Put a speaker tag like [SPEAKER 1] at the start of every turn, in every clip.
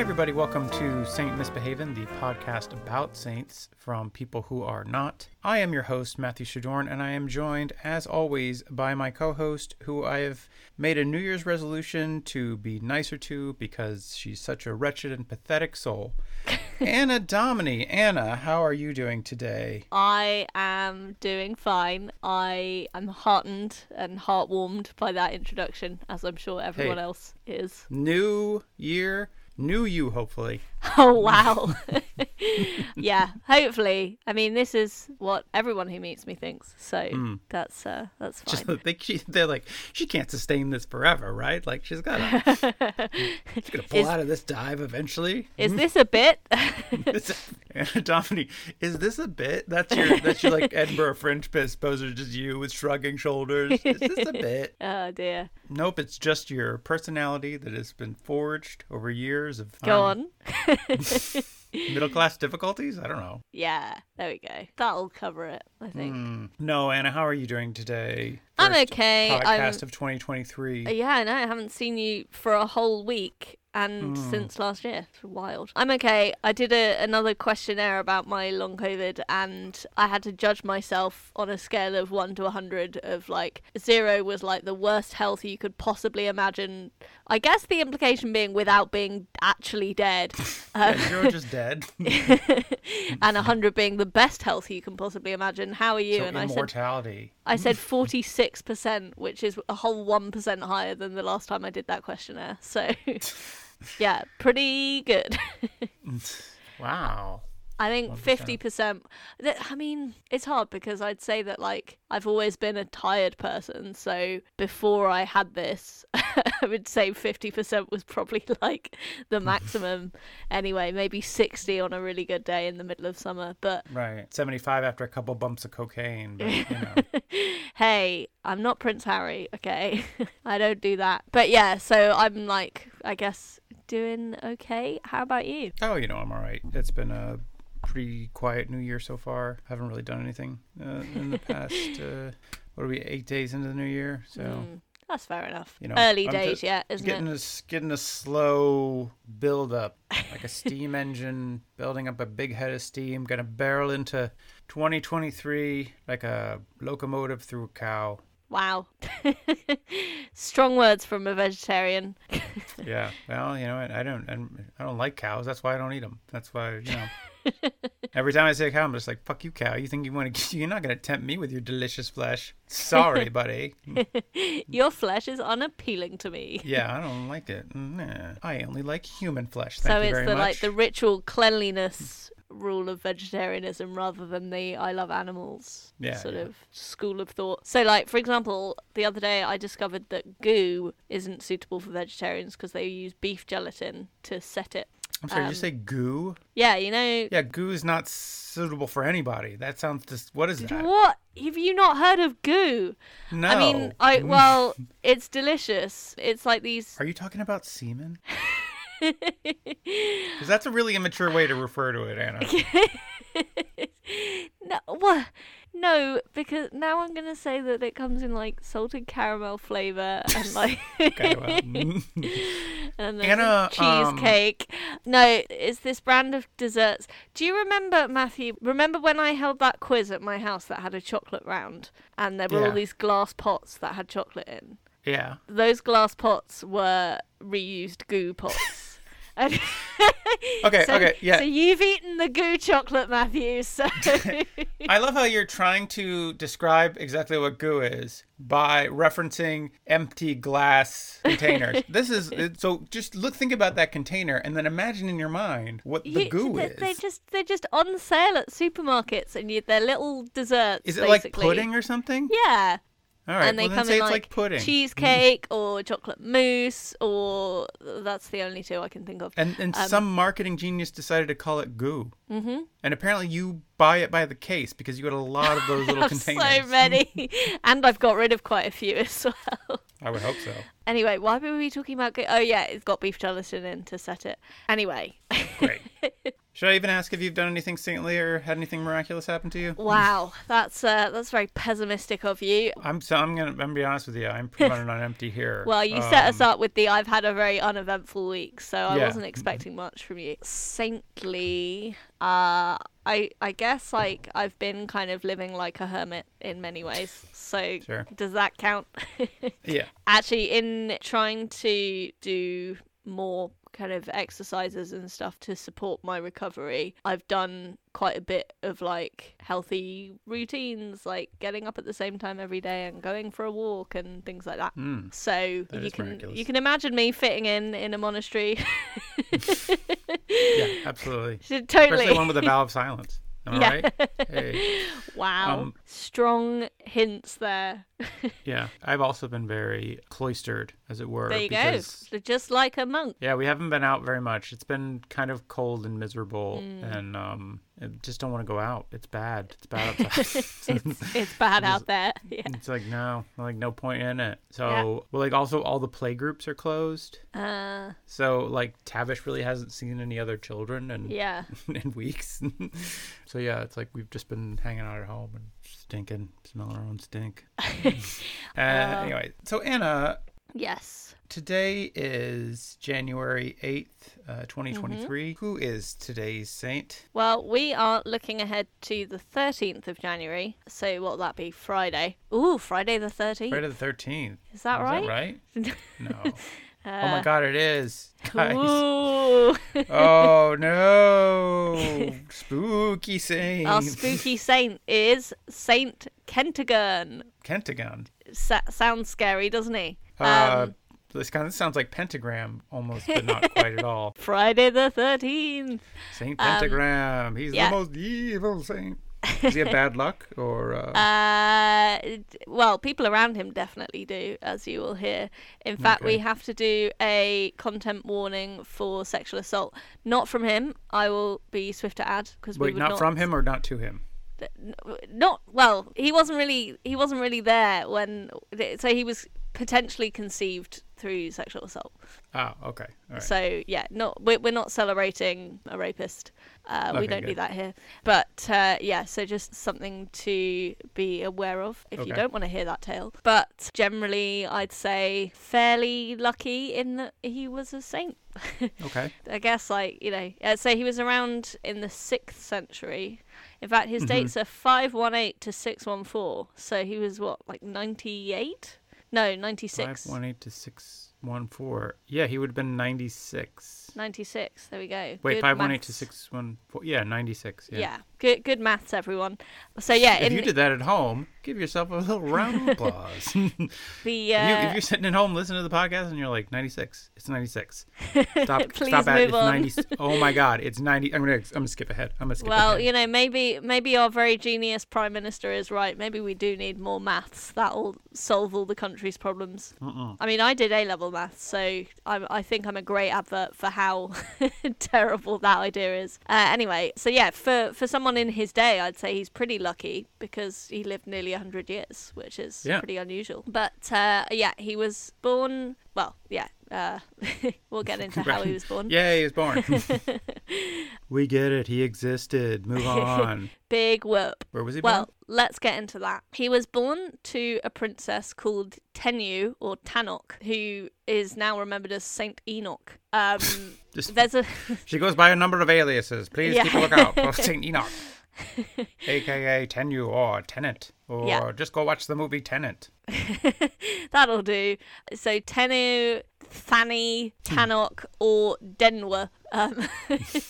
[SPEAKER 1] everybody. Welcome to Saint Misbehaven, the podcast about saints from people who are not. I am your host, Matthew Shadorn, and I am joined, as always, by my co host, who I have made a New Year's resolution to be nicer to because she's such a wretched and pathetic soul. Anna Domini. Anna, how are you doing today?
[SPEAKER 2] I am doing fine. I am heartened and heartwarmed by that introduction, as I'm sure everyone
[SPEAKER 1] Hey.
[SPEAKER 2] else is.
[SPEAKER 1] New year, new you, hopefully.
[SPEAKER 2] Oh, wow. yeah, hopefully. I mean, this is what everyone who meets me thinks, so that's uh, that's
[SPEAKER 1] Hmm. Just
[SPEAKER 2] fine.
[SPEAKER 1] they, she, they're like, she can't sustain this forever, right? Like, she's got to. She's gonna pull
[SPEAKER 2] Is-
[SPEAKER 1] out of this dive eventually.
[SPEAKER 2] Is this a bit?
[SPEAKER 1] Is, Dominique, is this a bit? That's your that's your like Edinburgh Fringe piss poser, just you with shrugging shoulders. Is this a bit?
[SPEAKER 2] oh, dear.
[SPEAKER 1] Nope, it's just your personality that has been forged over years of
[SPEAKER 2] Go on.
[SPEAKER 1] middle class difficulties. I don't know.
[SPEAKER 2] Yeah, there we go. That'll cover it, I think.
[SPEAKER 1] Hmm. No, Anna, how are you doing today?
[SPEAKER 2] I'm
[SPEAKER 1] First
[SPEAKER 2] okay.
[SPEAKER 1] Podcast
[SPEAKER 2] I'm
[SPEAKER 1] of 2023.
[SPEAKER 2] Uh, Yeah, I know. I haven't seen you for a whole week and since last year. It's wild. I'm okay. I did a, another questionnaire about my long COVID and I had to judge myself on a scale of 1 to 100 of like 0 was like the worst health you could possibly imagine. I guess the implication being without being actually dead. Um,
[SPEAKER 1] Yeah, you're just dead.
[SPEAKER 2] and 100 being the best health you can possibly imagine. How are you?
[SPEAKER 1] so
[SPEAKER 2] and I said
[SPEAKER 1] immortality.
[SPEAKER 2] I said 46%, which is a whole 1% higher than the last time I did that questionnaire. So, yeah, pretty good.
[SPEAKER 1] Wow.
[SPEAKER 2] I think
[SPEAKER 1] 1%.
[SPEAKER 2] 50%. Th- I mean, it's hard because I'd say that, like, I've always been a tired person. So, before I had this, I would say 50% was probably like the maximum. anyway, maybe 60 on a really good day in the middle of summer. But
[SPEAKER 1] Right. 75 after a couple bumps of cocaine. But, you know.
[SPEAKER 2] hey, I'm not Prince Harry, okay? I don't do that. But yeah, so I'm like, I guess, doing okay. How about you?
[SPEAKER 1] Oh, you know, I'm all right. It's been a pretty quiet new year so far. I haven't really done anything uh, in the past, uh, what are we, eight days into the new year? So
[SPEAKER 2] Mm, Hmm, That's fair enough.
[SPEAKER 1] You know,
[SPEAKER 2] Early
[SPEAKER 1] I'm
[SPEAKER 2] days
[SPEAKER 1] just
[SPEAKER 2] yet, isn't
[SPEAKER 1] getting,
[SPEAKER 2] it?
[SPEAKER 1] a, s- getting a slow build up, like a steam engine, building up a big head of steam, going to barrel into 2023 like a locomotive through a cow.
[SPEAKER 2] Wow. Strong words from a vegetarian.
[SPEAKER 1] Yeah. Well, you know, I, I don't, I, I don't like cows. That's why I don't eat them. That's why, you know. Every time I see a cow, I'm just like, "Fuck you, cow! You think you want to? You're not gonna tempt me with your delicious flesh. Sorry, buddy.
[SPEAKER 2] Your flesh is unappealing to me.
[SPEAKER 1] Yeah, I don't like it. Nah. I only like human flesh. Thank
[SPEAKER 2] so
[SPEAKER 1] you
[SPEAKER 2] it's
[SPEAKER 1] very
[SPEAKER 2] the
[SPEAKER 1] much.
[SPEAKER 2] like the ritual cleanliness rule of vegetarianism rather than the I love animals
[SPEAKER 1] Yeah,
[SPEAKER 2] sort
[SPEAKER 1] yeah.
[SPEAKER 2] of school of thought. So like for example, the other day I discovered that goo isn't suitable for vegetarians because they use beef gelatin to set it.
[SPEAKER 1] I'm sorry.
[SPEAKER 2] um,
[SPEAKER 1] did you say goo?
[SPEAKER 2] Yeah, you know
[SPEAKER 1] Yeah, goo is not suitable for anybody. That sounds just. What is that?
[SPEAKER 2] what have you not heard of goo?
[SPEAKER 1] No.
[SPEAKER 2] I mean, I well, it's delicious. It's like these
[SPEAKER 1] Are you talking about semen? Because that's a really immature way to refer to it, Anna.
[SPEAKER 2] No, what? No, because now I'm gonna say that it comes in like salted caramel flavor and like
[SPEAKER 1] Okay, well.
[SPEAKER 2] and there's
[SPEAKER 1] Anna, um,
[SPEAKER 2] a cheesecake. No, it's this brand of desserts. Do you remember Matthew? Remember when I held that quiz at my house that had a chocolate round, and there were
[SPEAKER 1] Yeah.
[SPEAKER 2] all these glass pots that had chocolate in.
[SPEAKER 1] yeah.
[SPEAKER 2] Those glass pots were reused goo pots. And-
[SPEAKER 1] Okay.
[SPEAKER 2] so,
[SPEAKER 1] okay. Yeah.
[SPEAKER 2] So you've eaten the goo chocolate, Matthew. So.
[SPEAKER 1] I love how you're trying to describe exactly what goo is by referencing empty glass containers. this is it- so. Just look, think about that container, and then imagine in your mind what the
[SPEAKER 2] You-
[SPEAKER 1] goo
[SPEAKER 2] they,
[SPEAKER 1] is.
[SPEAKER 2] They're just they're just on sale at supermarkets, and you, they're little desserts.
[SPEAKER 1] is it
[SPEAKER 2] basically.
[SPEAKER 1] like pudding or something?
[SPEAKER 2] Yeah,
[SPEAKER 1] All right.
[SPEAKER 2] and they
[SPEAKER 1] well, then
[SPEAKER 2] come
[SPEAKER 1] say
[SPEAKER 2] in
[SPEAKER 1] it's
[SPEAKER 2] like,
[SPEAKER 1] like pudding.
[SPEAKER 2] cheesecake or chocolate mousse, or that's the only two I can think of.
[SPEAKER 1] And and some marketing genius decided to call it goo. Mm-hmm. And apparently you buy it by the case because you had a lot of those little
[SPEAKER 2] I've
[SPEAKER 1] containers.
[SPEAKER 2] so many, and I've got rid of quite a few as well.
[SPEAKER 1] I would hope so.
[SPEAKER 2] Anyway, why were we talking about? Go- oh yeah, it's got beef gelatin in to set it. Anyway,
[SPEAKER 1] Great. Should I even ask if you've done anything saintly or had anything miraculous happen to you?
[SPEAKER 2] Wow, that's uh, that's very pessimistic of you.
[SPEAKER 1] I'm so I'm gonna I'm gonna be honest with you. I'm running on empty here. Um,
[SPEAKER 2] Well, you set us up with the I've had a very uneventful week, so I
[SPEAKER 1] Yeah.
[SPEAKER 2] wasn't expecting much from you. Saintly, uh, I I guess like I've been kind of living like a hermit in many ways. So
[SPEAKER 1] Sure.
[SPEAKER 2] does that count?
[SPEAKER 1] Yeah.
[SPEAKER 2] Actually, in trying to do more kind of exercises and stuff to support my recovery, I've done quite a bit of like healthy routines, like getting up at the same time every day and going for a walk and things like that.
[SPEAKER 1] Mm.
[SPEAKER 2] So
[SPEAKER 1] That
[SPEAKER 2] you
[SPEAKER 1] is
[SPEAKER 2] can
[SPEAKER 1] miraculous.
[SPEAKER 2] you can imagine me fitting in in a monastery.
[SPEAKER 1] Yeah. Absolutely. Especially
[SPEAKER 2] totally.
[SPEAKER 1] one with a valve silence. Am I
[SPEAKER 2] Yeah.
[SPEAKER 1] right? Hey.
[SPEAKER 2] Wow.
[SPEAKER 1] Um,
[SPEAKER 2] Strong hints there.
[SPEAKER 1] Yeah. I've also been very cloistered, as it were.
[SPEAKER 2] There you
[SPEAKER 1] because
[SPEAKER 2] go. Just like a monk.
[SPEAKER 1] Yeah, we haven't been out very much. It's been kind of cold and miserable,
[SPEAKER 2] Mm.
[SPEAKER 1] and um, I just don't want to go out. It's bad. It's bad outside.
[SPEAKER 2] It's it's bad out there. Yeah.
[SPEAKER 1] it's like no, like no point in it. So, well, like also all the play groups are closed.
[SPEAKER 2] Uh,
[SPEAKER 1] So like Tavish really hasn't seen any other children in
[SPEAKER 2] yeah.
[SPEAKER 1] in weeks. so yeah, it's like we've just been hanging out at home and stinking, smelling our own stink. uh, anyway, so Anna,
[SPEAKER 2] Yes.
[SPEAKER 1] Today is January 8th, uh, 2023.
[SPEAKER 2] Mm-hmm.
[SPEAKER 1] Who is today's saint?
[SPEAKER 2] Well, we are looking ahead to the 13th of January. So what'll that be? Friday. Ooh, Friday the 13th.
[SPEAKER 1] Friday the 13th.
[SPEAKER 2] Is that
[SPEAKER 1] Is
[SPEAKER 2] right? Uh,
[SPEAKER 1] that right? No. oh my god, it is. Oh Guys.
[SPEAKER 2] Ooh.
[SPEAKER 1] Oh no. Spooky saint.
[SPEAKER 2] Our spooky saint is Saint Kentigern.
[SPEAKER 1] Kentagon.
[SPEAKER 2] Sa- sounds scary, doesn't he? Um,
[SPEAKER 1] Uh, this kind of sounds like pentagram almost, but not quite at all.
[SPEAKER 2] Friday the 13th.
[SPEAKER 1] Saint Pentagram. He's
[SPEAKER 2] Um, yeah.
[SPEAKER 1] the most evil saint. Does he have bad luck or uh,
[SPEAKER 2] Uh, d- well, people around him definitely do, as you will hear. In fact, we
[SPEAKER 1] Okay.
[SPEAKER 2] have to do a content warning for sexual assault. Not from him. I will be swift to add because we
[SPEAKER 1] wait,
[SPEAKER 2] would
[SPEAKER 1] not from him or not to him?
[SPEAKER 2] n- Not well. He wasn't really. He wasn't really there when. So he was potentially conceived through sexual assault.
[SPEAKER 1] Oh, okay. All right.
[SPEAKER 2] So yeah, not we're, we're not celebrating a rapist. Uh, we
[SPEAKER 1] Okay,
[SPEAKER 2] don't do
[SPEAKER 1] good.
[SPEAKER 2] that here. But uh, yeah, so just something to be aware of if you
[SPEAKER 1] Okay.
[SPEAKER 2] don't want to hear that tale. But generally, I'd say fairly lucky in that he was a saint.
[SPEAKER 1] Okay.
[SPEAKER 2] I guess like you know, uh, so he was around in the sixth century. In fact, his
[SPEAKER 1] Mm-hmm.
[SPEAKER 2] dates are five one eight to six one four. So he was what like ninety eight. No, 96.
[SPEAKER 1] 518 to 614. Yeah, he would have been 96.
[SPEAKER 2] 96. There we go.
[SPEAKER 1] Wait,
[SPEAKER 2] Good
[SPEAKER 1] 518
[SPEAKER 2] maths.
[SPEAKER 1] to 614. Yeah, 96. Yeah.
[SPEAKER 2] Yeah. Good good maths everyone. So yeah,
[SPEAKER 1] If
[SPEAKER 2] in
[SPEAKER 1] you did that at home, give yourself a little round of applause. If you-
[SPEAKER 2] the
[SPEAKER 1] if
[SPEAKER 2] uh,
[SPEAKER 1] you're sitting at home listening to the podcast and you're like, 96, it's 96. Stop,
[SPEAKER 2] Please
[SPEAKER 1] stop at
[SPEAKER 2] move
[SPEAKER 1] it's
[SPEAKER 2] on.
[SPEAKER 1] 90. Oh my God, it's 90. I'm going to I'm gonna skip ahead. I'm going to skip
[SPEAKER 2] well,
[SPEAKER 1] ahead.
[SPEAKER 2] you know, maybe maybe our very genius prime minister is right. Maybe we do need more maths. That'll solve all the country's problems. I mean, I did A level maths, so I'm, I think I'm a great advert for how terrible that idea is. Uh, anyway, so yeah, for for someone in his day, I'd say he's pretty lucky because he lived nearly 100 years, which is
[SPEAKER 1] Yeah.
[SPEAKER 2] pretty unusual. But uh, yeah, he was born. Well, yeah. Uh, we'll get into how he was born.
[SPEAKER 1] Yay, he was born. we get it. He existed. Move on.
[SPEAKER 2] Big whoop.
[SPEAKER 1] Where was he
[SPEAKER 2] Well,
[SPEAKER 1] born?
[SPEAKER 2] let's get into that. He was born to a princess called Tenu or Tanok, who is now remembered as Saint Enoch. Um,
[SPEAKER 1] Just-
[SPEAKER 2] there's a
[SPEAKER 1] She goes by a number of aliases. Please
[SPEAKER 2] Yeah.
[SPEAKER 1] keep a lookout for St. Enoch, aka Tenyu or Tenant, or
[SPEAKER 2] Yeah.
[SPEAKER 1] just go watch the movie Tenant.
[SPEAKER 2] that'll do. So Tenu, Thani,
[SPEAKER 1] Hmm.
[SPEAKER 2] Tanok, or Denwa. Um,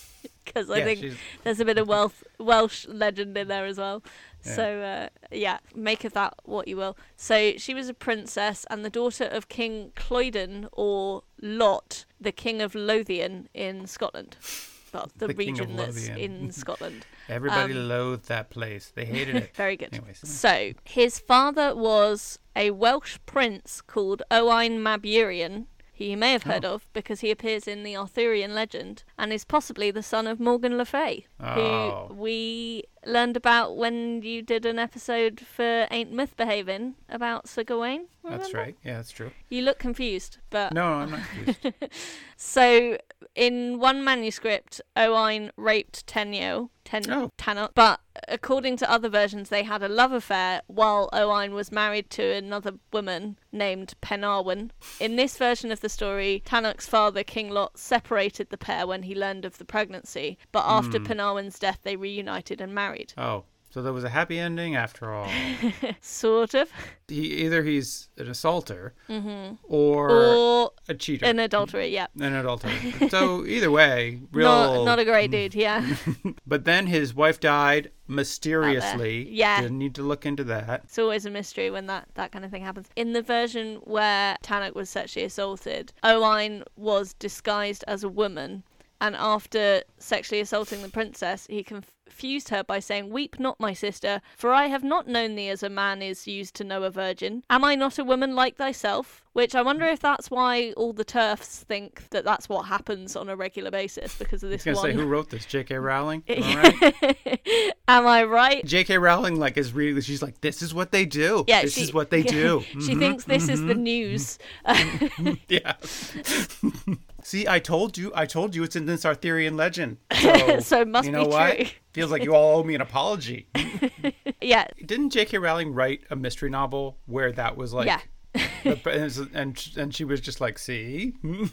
[SPEAKER 2] Because I
[SPEAKER 1] Yeah,
[SPEAKER 2] think
[SPEAKER 1] she's-
[SPEAKER 2] there's a bit of Welsh, Welsh legend in there as well. So, uh, yeah, make of that what you will. So, she was a princess and the daughter of King Cloydon or Lot, the King of Lothian in Scotland. Well, the,
[SPEAKER 1] The King of
[SPEAKER 2] region that's
[SPEAKER 1] Lothian.
[SPEAKER 2] in Scotland.
[SPEAKER 1] Everybody
[SPEAKER 2] um,
[SPEAKER 1] loathed that place. They hated it.
[SPEAKER 2] Very good.
[SPEAKER 1] Anyways,
[SPEAKER 2] So, his father was a Welsh prince called Owain Maburion, who you may have heard
[SPEAKER 1] Oh.
[SPEAKER 2] of because he appears in the Arthurian legend and is possibly the son of Morgan Le Fay,
[SPEAKER 1] Oh.
[SPEAKER 2] who we learned about when you did an episode for Ain't Mythbehaving about Sir Gawain.
[SPEAKER 1] That's
[SPEAKER 2] remember?
[SPEAKER 1] right. Yeah, that's true.
[SPEAKER 2] You look confused, but
[SPEAKER 1] No, I'm not confused.
[SPEAKER 2] so in one manuscript, Owain raped Tenio, Ten
[SPEAKER 1] Oh.
[SPEAKER 2] Tanna, but according to other versions, they had a love affair while Owain was married to another woman named Penarwen. In this version of the story, Tannock's father, King Lot, separated the pair when he learned of the pregnancy, but after
[SPEAKER 1] Hmm.
[SPEAKER 2] Penarwen's death, they reunited and married.
[SPEAKER 1] Oh, so there was a happy ending after all.
[SPEAKER 2] Sort of.
[SPEAKER 1] He either he's an assaulter or,
[SPEAKER 2] Mm-hmm. Or
[SPEAKER 1] a cheater,
[SPEAKER 2] an adultery, yeah.
[SPEAKER 1] an adulterer. so either way, real.
[SPEAKER 2] Not, not a great dude, yeah.
[SPEAKER 1] But then his wife died mysteriously.
[SPEAKER 2] Yeah.
[SPEAKER 1] Didn't need to look into that.
[SPEAKER 2] It's always a mystery when that, that kind of thing happens. In the version where Tannock was sexually assaulted, Owain was disguised as a woman, and after sexually assaulting the princess, he confused her by saying, Weep not, my sister, for I have not known thee as a man is used to know a virgin. Am I not a woman like thyself? Which I wonder if that's why all the turfs think that that's what happens on a regular basis because of this
[SPEAKER 1] I was gonna
[SPEAKER 2] one.
[SPEAKER 1] say who wrote this? J.K. Rowling. Am I right?
[SPEAKER 2] Am I right?
[SPEAKER 1] J.K. Rowling like is really she's like this is what they do.
[SPEAKER 2] Yeah,
[SPEAKER 1] this
[SPEAKER 2] she-
[SPEAKER 1] is what they
[SPEAKER 2] yeah,
[SPEAKER 1] do. Mm-hmm.
[SPEAKER 2] She thinks this is the news. Uh,
[SPEAKER 1] yeah. See, I told you. I told you it's in this Arthurian legend. So,
[SPEAKER 2] So it must
[SPEAKER 1] you know
[SPEAKER 2] be
[SPEAKER 1] what?
[SPEAKER 2] true.
[SPEAKER 1] Feels like you all owe me an apology.
[SPEAKER 2] Yeah,
[SPEAKER 1] Didn't J.K. Rowling write a mystery novel where that was like?
[SPEAKER 2] Yeah.
[SPEAKER 1] the- and, and and she was just like, see, Hmm."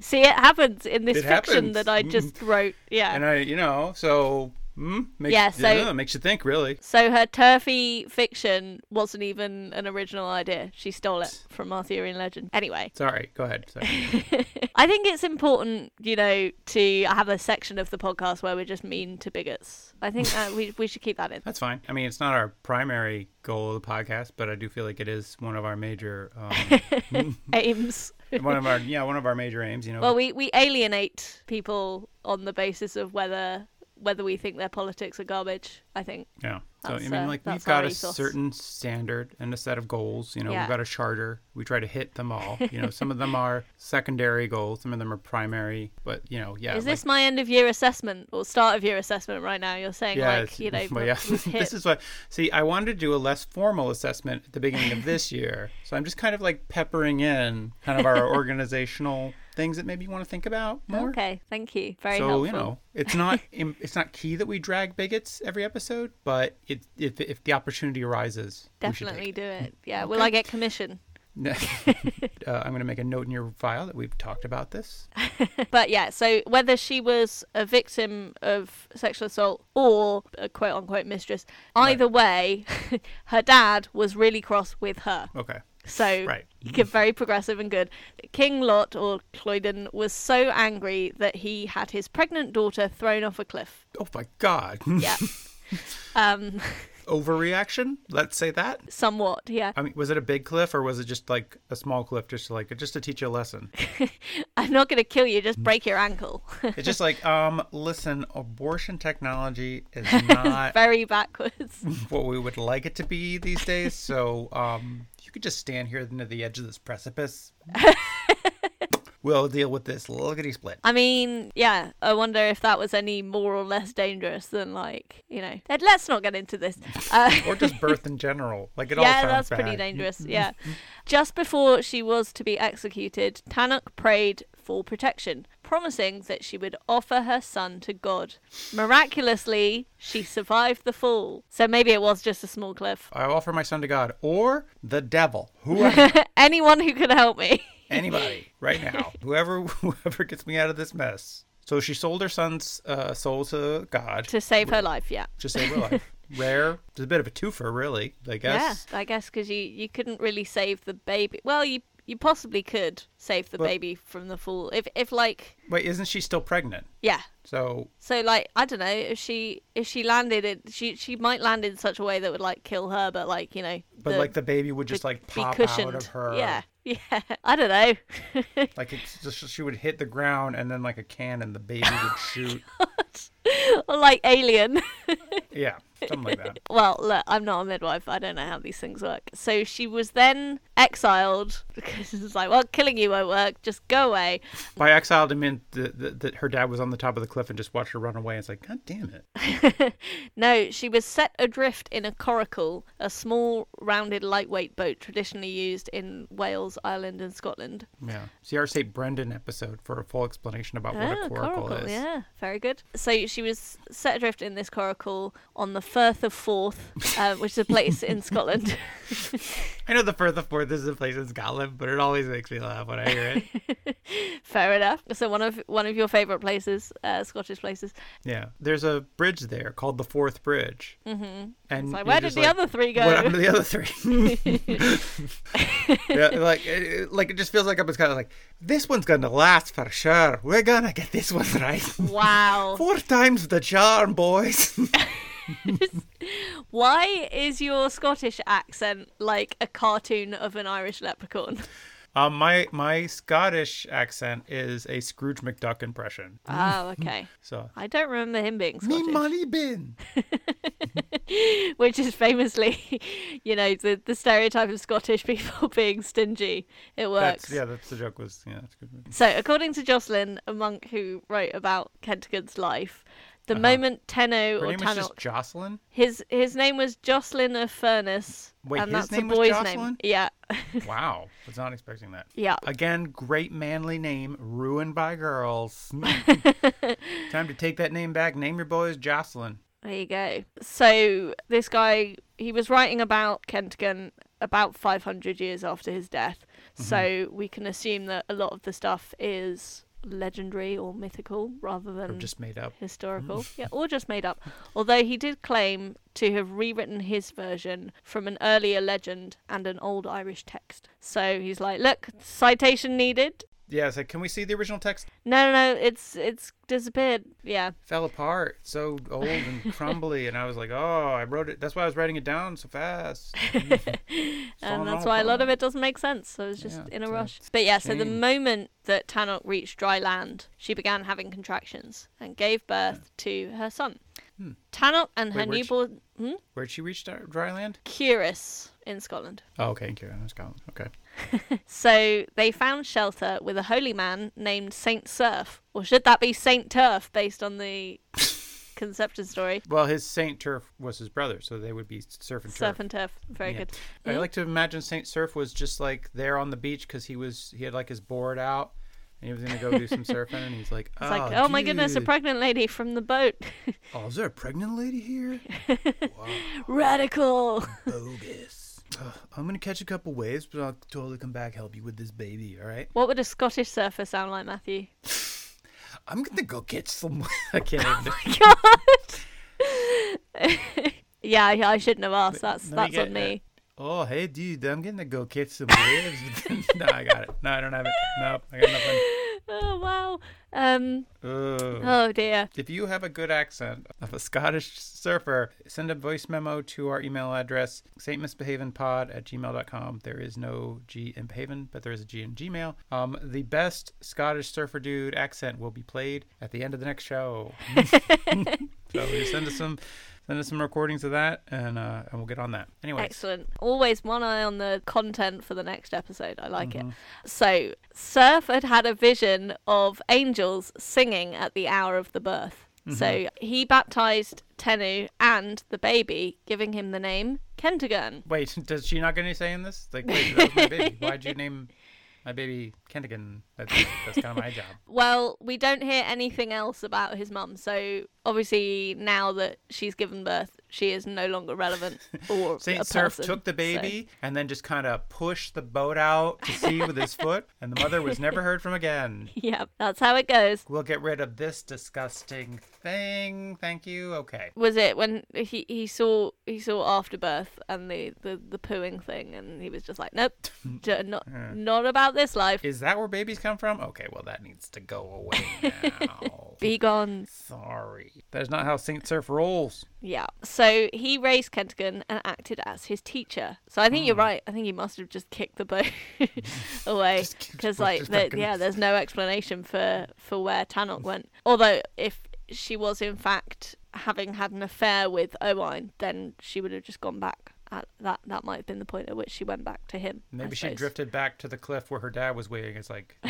[SPEAKER 2] See, it happens in this
[SPEAKER 1] It
[SPEAKER 2] fiction
[SPEAKER 1] happens. Mm-hmm.
[SPEAKER 2] that I just wrote. Yeah.
[SPEAKER 1] and I, you know, so hmm, makes,
[SPEAKER 2] Yeah, so-
[SPEAKER 1] yeah, makes you think, really.
[SPEAKER 2] so her turfy fiction wasn't even an original idea. She stole it from Arthurian legend. Anyway,
[SPEAKER 1] Sorry, go ahead. Sorry.
[SPEAKER 2] I think it's important, you know, to have a section of the podcast where we're just mean to bigots. I think that we we should keep that in.
[SPEAKER 1] That's fine. I mean, it's not our primary goal of the podcast, but I do feel like it is one of our major, um,
[SPEAKER 2] Aims.
[SPEAKER 1] one of our yeah, one of our major aims. You know,
[SPEAKER 2] Well, we we alienate people on the basis of whether whether we think their politics are garbage. I think.
[SPEAKER 1] Yeah. So I
[SPEAKER 2] That's,
[SPEAKER 1] mean,
[SPEAKER 2] uh,
[SPEAKER 1] like we've
[SPEAKER 2] that's our
[SPEAKER 1] got a
[SPEAKER 2] ethos.
[SPEAKER 1] certain standard and a set of goals. You know,
[SPEAKER 2] Yeah.
[SPEAKER 1] we've got a charter. We try to hit them all. You know, some of them are secondary goals, some of them are primary. But you know, yeah.
[SPEAKER 2] Is
[SPEAKER 1] like-
[SPEAKER 2] this my end of year assessment or start of year assessment right now? You're saying
[SPEAKER 1] yeah,
[SPEAKER 2] like,
[SPEAKER 1] it's-
[SPEAKER 2] you know,
[SPEAKER 1] well, yeah.
[SPEAKER 2] we've hit
[SPEAKER 1] this is what. See, I wanted to do a less formal assessment at the beginning of this year, so I'm just kind of like peppering in kind of our organizational things that maybe you want to think about more.
[SPEAKER 2] Okay, thank you. Very
[SPEAKER 1] so
[SPEAKER 2] helpful.
[SPEAKER 1] you know, it's not im- it's not key that we drag bigots every episode, but it, if if the opportunity arises, we should take it.
[SPEAKER 2] Definitely do it. Yeah. Will I get commission?
[SPEAKER 1] uh, I'm going to make a note in your file that we've talked about this.
[SPEAKER 2] But yeah, so whether she was a victim of sexual assault or a quote unquote mistress, either way, her dad was really cross with her.
[SPEAKER 1] Okay.
[SPEAKER 2] So
[SPEAKER 1] Oh, Right.
[SPEAKER 2] g- very progressive and good. King Lot or Cloydon was so angry that he had his pregnant daughter thrown off a cliff.
[SPEAKER 1] Oh my God.
[SPEAKER 2] Yeah. um
[SPEAKER 1] Overreaction. Let's say that.
[SPEAKER 2] somewhat, yeah.
[SPEAKER 1] I mean, was it a big cliff or was it just like a small cliff, just to like just to teach you a lesson?
[SPEAKER 2] I'm not gonna kill you,
[SPEAKER 1] Mm.
[SPEAKER 2] just break your ankle.
[SPEAKER 1] It's just like, um, listen, abortion technology is not
[SPEAKER 2] very backwards.
[SPEAKER 1] what we would like it to be these days. So, um, you could just stand here near the edge of this precipice. we'll deal with this lickety split.
[SPEAKER 2] I mean, yeah, I wonder if that was any more or less dangerous than, like, you know. Ed, Let's not get into this. Uh,
[SPEAKER 1] Or just birth in general. Like it all
[SPEAKER 2] yeah,
[SPEAKER 1] sounds
[SPEAKER 2] that's pretty
[SPEAKER 1] bad.
[SPEAKER 2] dangerous. Yeah. Just before she was to be executed, Tannock prayed for protection, promising that she would offer her son to God. Miraculously, she survived the fall. So maybe it was just a small cliff.
[SPEAKER 1] I offer my son to God or the devil, whoever.
[SPEAKER 2] Anyone who could help me.
[SPEAKER 1] anybody right now whoever whoever gets me out of this mess so she sold her son's uh, soul to god
[SPEAKER 2] to save her life, yeah.
[SPEAKER 1] just save her life rare it's a bit of a twofer really i guess
[SPEAKER 2] Yeah, I guess because you, you couldn't really save the baby. Well, you you possibly could save the
[SPEAKER 1] But-
[SPEAKER 2] baby from the fall if if like
[SPEAKER 1] wait isn't she still pregnant
[SPEAKER 2] yeah.
[SPEAKER 1] so
[SPEAKER 2] So like I don't know if she if she landed it she she might land in such a way that would like kill her but like you know
[SPEAKER 1] but like the baby would just like
[SPEAKER 2] be
[SPEAKER 1] pop
[SPEAKER 2] cushioned
[SPEAKER 1] out of her
[SPEAKER 2] yeah yeah I don't know
[SPEAKER 1] like it's just she would hit the ground and then like a cannon the baby would shoot
[SPEAKER 2] or like alien.
[SPEAKER 1] Yeah, something like that.
[SPEAKER 2] Well, look, I'm not a midwife. I don't know how these things work. So she was then exiled because it's like, well, killing you won't work. Just go away.
[SPEAKER 1] By exiled, I meant that that- that her dad was on the top of the cliff and just watched her run away. It's like, God damn it.
[SPEAKER 2] No, she was set adrift in a coracle, a small, rounded, lightweight boat traditionally used in Wales, Ireland, and Scotland.
[SPEAKER 1] Yeah. See our St. Brendan episode for a full explanation about what a coracle, is.
[SPEAKER 2] Ah, Yeah, very good. So she was set adrift in this coracle on the Firth of Forth, uh, which is a place in Scotland.
[SPEAKER 1] I know the Firth of Forth is a place in Scotland, but it always makes me laugh when I hear it.
[SPEAKER 2] Fair enough. So one of one of your favourite places, uh, Scottish places.
[SPEAKER 1] yeah. There's a bridge there called the Fourth Bridge. Mm-hmm. And
[SPEAKER 2] It's like,
[SPEAKER 1] you're
[SPEAKER 2] where did
[SPEAKER 1] just
[SPEAKER 2] the
[SPEAKER 1] like,
[SPEAKER 2] other three go?
[SPEAKER 1] What happened to the other three? yeah, like, it, it- like it just feels like I'm just kind of like, this one's gonna last for sure. We're gonna get this one right.
[SPEAKER 2] wow.
[SPEAKER 1] Four times the charm, boys.
[SPEAKER 2] Why is your Scottish accent like a cartoon of an Irish leprechaun?
[SPEAKER 1] um, my my Scottish accent is a Scrooge McDuck impression.
[SPEAKER 2] Oh, okay.
[SPEAKER 1] So,
[SPEAKER 2] I don't remember him being
[SPEAKER 1] me
[SPEAKER 2] Scottish.
[SPEAKER 1] money bin.
[SPEAKER 2] which is famously, you know, the, the stereotype of Scottish people being stingy. It works.
[SPEAKER 1] That's, yeah, that's the joke. Was yeah, that's good.
[SPEAKER 2] So, according to Jocelyn, a monk who wrote about Kentigern's life, the moment
[SPEAKER 1] Her
[SPEAKER 2] Tenno or
[SPEAKER 1] name was
[SPEAKER 2] Tannock,
[SPEAKER 1] Uh-huh. just Jocelyn.
[SPEAKER 2] his his name was Jocelyn of Furness,
[SPEAKER 1] Wait,
[SPEAKER 2] and
[SPEAKER 1] his
[SPEAKER 2] that's
[SPEAKER 1] name
[SPEAKER 2] a
[SPEAKER 1] was
[SPEAKER 2] boy's name.
[SPEAKER 1] Jocelyn?
[SPEAKER 2] Yeah,
[SPEAKER 1] Wow, was not expecting that.
[SPEAKER 2] yeah.
[SPEAKER 1] Again, great manly name ruined by girls. Hmm. Time to take that name back. Name your boys Jocelyn.
[SPEAKER 2] There you go. So this guy, he was writing about Kentigern about 500 years after his death.
[SPEAKER 1] Mm-hmm.
[SPEAKER 2] So we can assume that a lot of the stuff is legendary or mythical rather
[SPEAKER 1] Or
[SPEAKER 2] than
[SPEAKER 1] just made up.
[SPEAKER 2] historical. yeah, or just made up. Although he did claim to have rewritten his version from an earlier legend and an old Irish text. So he's like, look, citation needed.
[SPEAKER 1] Yeah, it's like, uh, can we see the original text?
[SPEAKER 2] No, no, no, it's it's disappeared. Yeah.
[SPEAKER 1] Fell apart, so old and crumbly, and I was like, oh, I wrote it. That's why I was writing it down so fast. Mm-hmm.
[SPEAKER 2] and that's why a lot of it doesn't make sense. So I was just
[SPEAKER 1] Yeah,
[SPEAKER 2] in a
[SPEAKER 1] so
[SPEAKER 2] rush. But yeah, so the
[SPEAKER 1] shame.
[SPEAKER 2] moment that Tannock reached dry land, she began having contractions and gave birth to her son. Tannock and her
[SPEAKER 1] Hmm. Wait, where'd she-
[SPEAKER 2] newborn hmm?
[SPEAKER 1] Where'd she reach dry dry land?
[SPEAKER 2] Curis in Scotland.
[SPEAKER 1] Oh, okay, thank you. That's Scotland. Okay.
[SPEAKER 2] So they found shelter with a holy man named Saint Surf, or should that be Saint Turf, based on the Conception story?
[SPEAKER 1] Well, his Saint Turf was his brother, so they would be Surf and Turf.
[SPEAKER 2] Surf and Turf, very
[SPEAKER 1] Yeah.
[SPEAKER 2] good.
[SPEAKER 1] I like to imagine Saint Surf was just like there on the beach because he was he had like his board out and he was gonna go do some surfing and he's like, oh,
[SPEAKER 2] It's like, oh my goodness, a
[SPEAKER 1] dude.
[SPEAKER 2] pregnant lady from the boat.
[SPEAKER 1] oh, is there a pregnant lady here?
[SPEAKER 2] Radical.
[SPEAKER 1] Bogus. Ugh, I'm gonna catch a couple waves, but I'll totally come back help you with this baby. All right.
[SPEAKER 2] What would a Scottish surfer sound like, Matthew?
[SPEAKER 1] I'm gonna go catch some. I can't. Even do it.
[SPEAKER 2] Yeah, I, I shouldn't have asked.
[SPEAKER 1] let
[SPEAKER 2] That's
[SPEAKER 1] me
[SPEAKER 2] that's
[SPEAKER 1] get
[SPEAKER 2] on
[SPEAKER 1] that.
[SPEAKER 2] me.
[SPEAKER 1] oh hey dude, I'm gonna go catch some waves. no, I got it. No, I don't have it. Nope, I got nothing.
[SPEAKER 2] Oh wow. Um.
[SPEAKER 1] Ugh.
[SPEAKER 2] Oh dear.
[SPEAKER 1] If you have a good accent of a Scottish surfer, send a voice memo to our email address, stmisbehavenpod at gmail.com. There is no G in Behaven, but there is a G in Gmail. Um, the best Scottish surfer dude accent will be played at the end of the next show. so you send us some send us some recordings of that and uh, and we'll get on that. Anyway.
[SPEAKER 2] Excellent. Always one eye on the content for the next episode. I like
[SPEAKER 1] Mm-hmm.
[SPEAKER 2] it. So, Surf had had a vision of angels singing at the hour of the birth. So
[SPEAKER 1] Mm-hmm.
[SPEAKER 2] he baptized Tenu and the baby, giving him the name Kentigern.
[SPEAKER 1] Wait, does she not get any say in this? Like, wait, that was my baby. Why'd you name my baby Kentigan? That's, that's kind of my job.
[SPEAKER 2] Well, we don't hear anything else about his mum, so obviously now that she's given birth, she is no longer relevant or a
[SPEAKER 1] Saint Surf
[SPEAKER 2] person,
[SPEAKER 1] took the
[SPEAKER 2] so-
[SPEAKER 1] baby and then just kind of pushed the boat out to sea with his foot, and the mother was never heard from again.
[SPEAKER 2] Yeah, that's how it goes.
[SPEAKER 1] We'll get rid of this disgusting thing. Thank you. Okay.
[SPEAKER 2] Was it when he, he saw he saw afterbirth and the, the the pooing thing, and he was just like, nope, j- not not about this life.
[SPEAKER 1] Is that where babies come from? Okay, well, that needs to go away now.
[SPEAKER 2] Be gone.
[SPEAKER 1] Sorry. That is not how Saint Surf rolls.
[SPEAKER 2] Yeah. So he raised Kentigern and acted as his teacher. So I think
[SPEAKER 1] Mm.
[SPEAKER 2] you're right. I think he must have just kicked the boat away
[SPEAKER 1] Just kicked the
[SPEAKER 2] because,
[SPEAKER 1] boat,
[SPEAKER 2] like,
[SPEAKER 1] just
[SPEAKER 2] the,
[SPEAKER 1] fucking-
[SPEAKER 2] yeah, there's no explanation for for where Tannock went. Although if she was in fact having had an affair with Owain, then she would have just gone back. At that that might have been the point at which she went back to him. I
[SPEAKER 1] Maybe she
[SPEAKER 2] suppose.
[SPEAKER 1] drifted back to the cliff where her dad was waiting. It's like,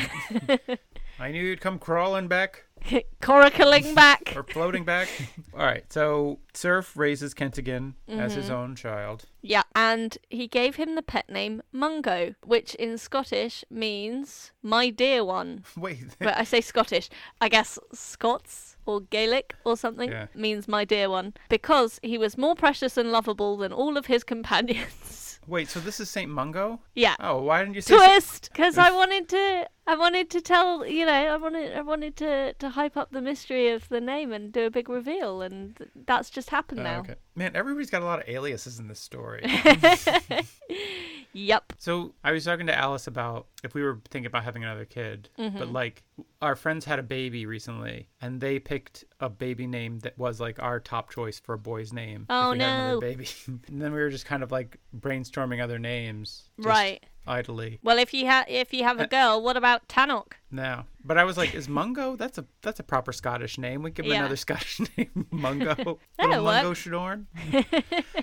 [SPEAKER 1] I knew you'd come crawling back
[SPEAKER 2] Coracling back.
[SPEAKER 1] or floating back. All right. So Surf raises Kent again as
[SPEAKER 2] Mm-hmm.
[SPEAKER 1] his own child.
[SPEAKER 2] Yeah, and he gave him the pet name Mungo, which in Scottish means my dear one.
[SPEAKER 1] Wait.
[SPEAKER 2] But I say Scottish, I guess Scots or Gaelic or something
[SPEAKER 1] Yeah.
[SPEAKER 2] means my dear one because he was more precious and lovable than all of his companions.
[SPEAKER 1] Wait. So this is Saint Mungo.
[SPEAKER 2] yeah.
[SPEAKER 1] Oh, why didn't you say?
[SPEAKER 2] Twist, because I wanted to, I wanted to tell, you know, I wanted, I wanted to, to hype up the mystery of the name and do a big reveal, and th- that's just happened
[SPEAKER 1] Oh,
[SPEAKER 2] now.
[SPEAKER 1] okay. Man, everybody's got a lot of aliases in this story.
[SPEAKER 2] Yep.
[SPEAKER 1] so I was talking to Alice about if we were thinking about having another kid,
[SPEAKER 2] Mm-hmm.
[SPEAKER 1] but like our friends had a baby recently, and they picked a baby name that was like our top choice for a boy's name.
[SPEAKER 2] Oh,
[SPEAKER 1] if we had another
[SPEAKER 2] no.
[SPEAKER 1] baby. and then we were just kind of like brainstorming other names, just
[SPEAKER 2] Right.
[SPEAKER 1] Idly
[SPEAKER 2] Well, if you have if you
[SPEAKER 1] Uh,
[SPEAKER 2] have a girl, what about Tanok?
[SPEAKER 1] now, but I was like, "Is Mungo? That's a that's a proper Scottish name. We give him
[SPEAKER 2] Yeah.
[SPEAKER 1] another Scottish name, Mungo.
[SPEAKER 2] That'll
[SPEAKER 1] Little
[SPEAKER 2] work.
[SPEAKER 1] Mungo Shadorn.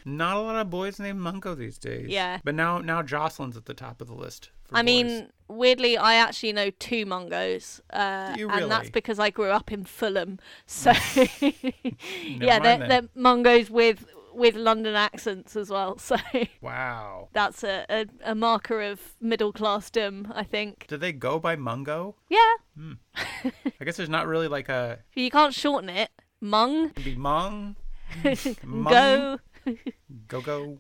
[SPEAKER 1] Not a lot of boys named Mungo these days.
[SPEAKER 2] Yeah.
[SPEAKER 1] but now now Jocelyn's at the top of the list. For
[SPEAKER 2] I
[SPEAKER 1] boys.
[SPEAKER 2] mean, weirdly, I actually know two Mungos, uh,
[SPEAKER 1] Do you
[SPEAKER 2] and that's
[SPEAKER 1] really?
[SPEAKER 2] because I grew up in Fulham. So yeah,
[SPEAKER 1] mind
[SPEAKER 2] they're,
[SPEAKER 1] then.
[SPEAKER 2] they're Mungos with with London accents as well. So
[SPEAKER 1] wow.
[SPEAKER 2] that's a, a, a marker of middle classdom, I think.
[SPEAKER 1] Do they go by Mungo?
[SPEAKER 2] Yeah,
[SPEAKER 1] I guess there's not really like a
[SPEAKER 2] you can't shorten it. Mung,
[SPEAKER 1] it'd be Mung. Mung.
[SPEAKER 2] go.
[SPEAKER 1] Go go.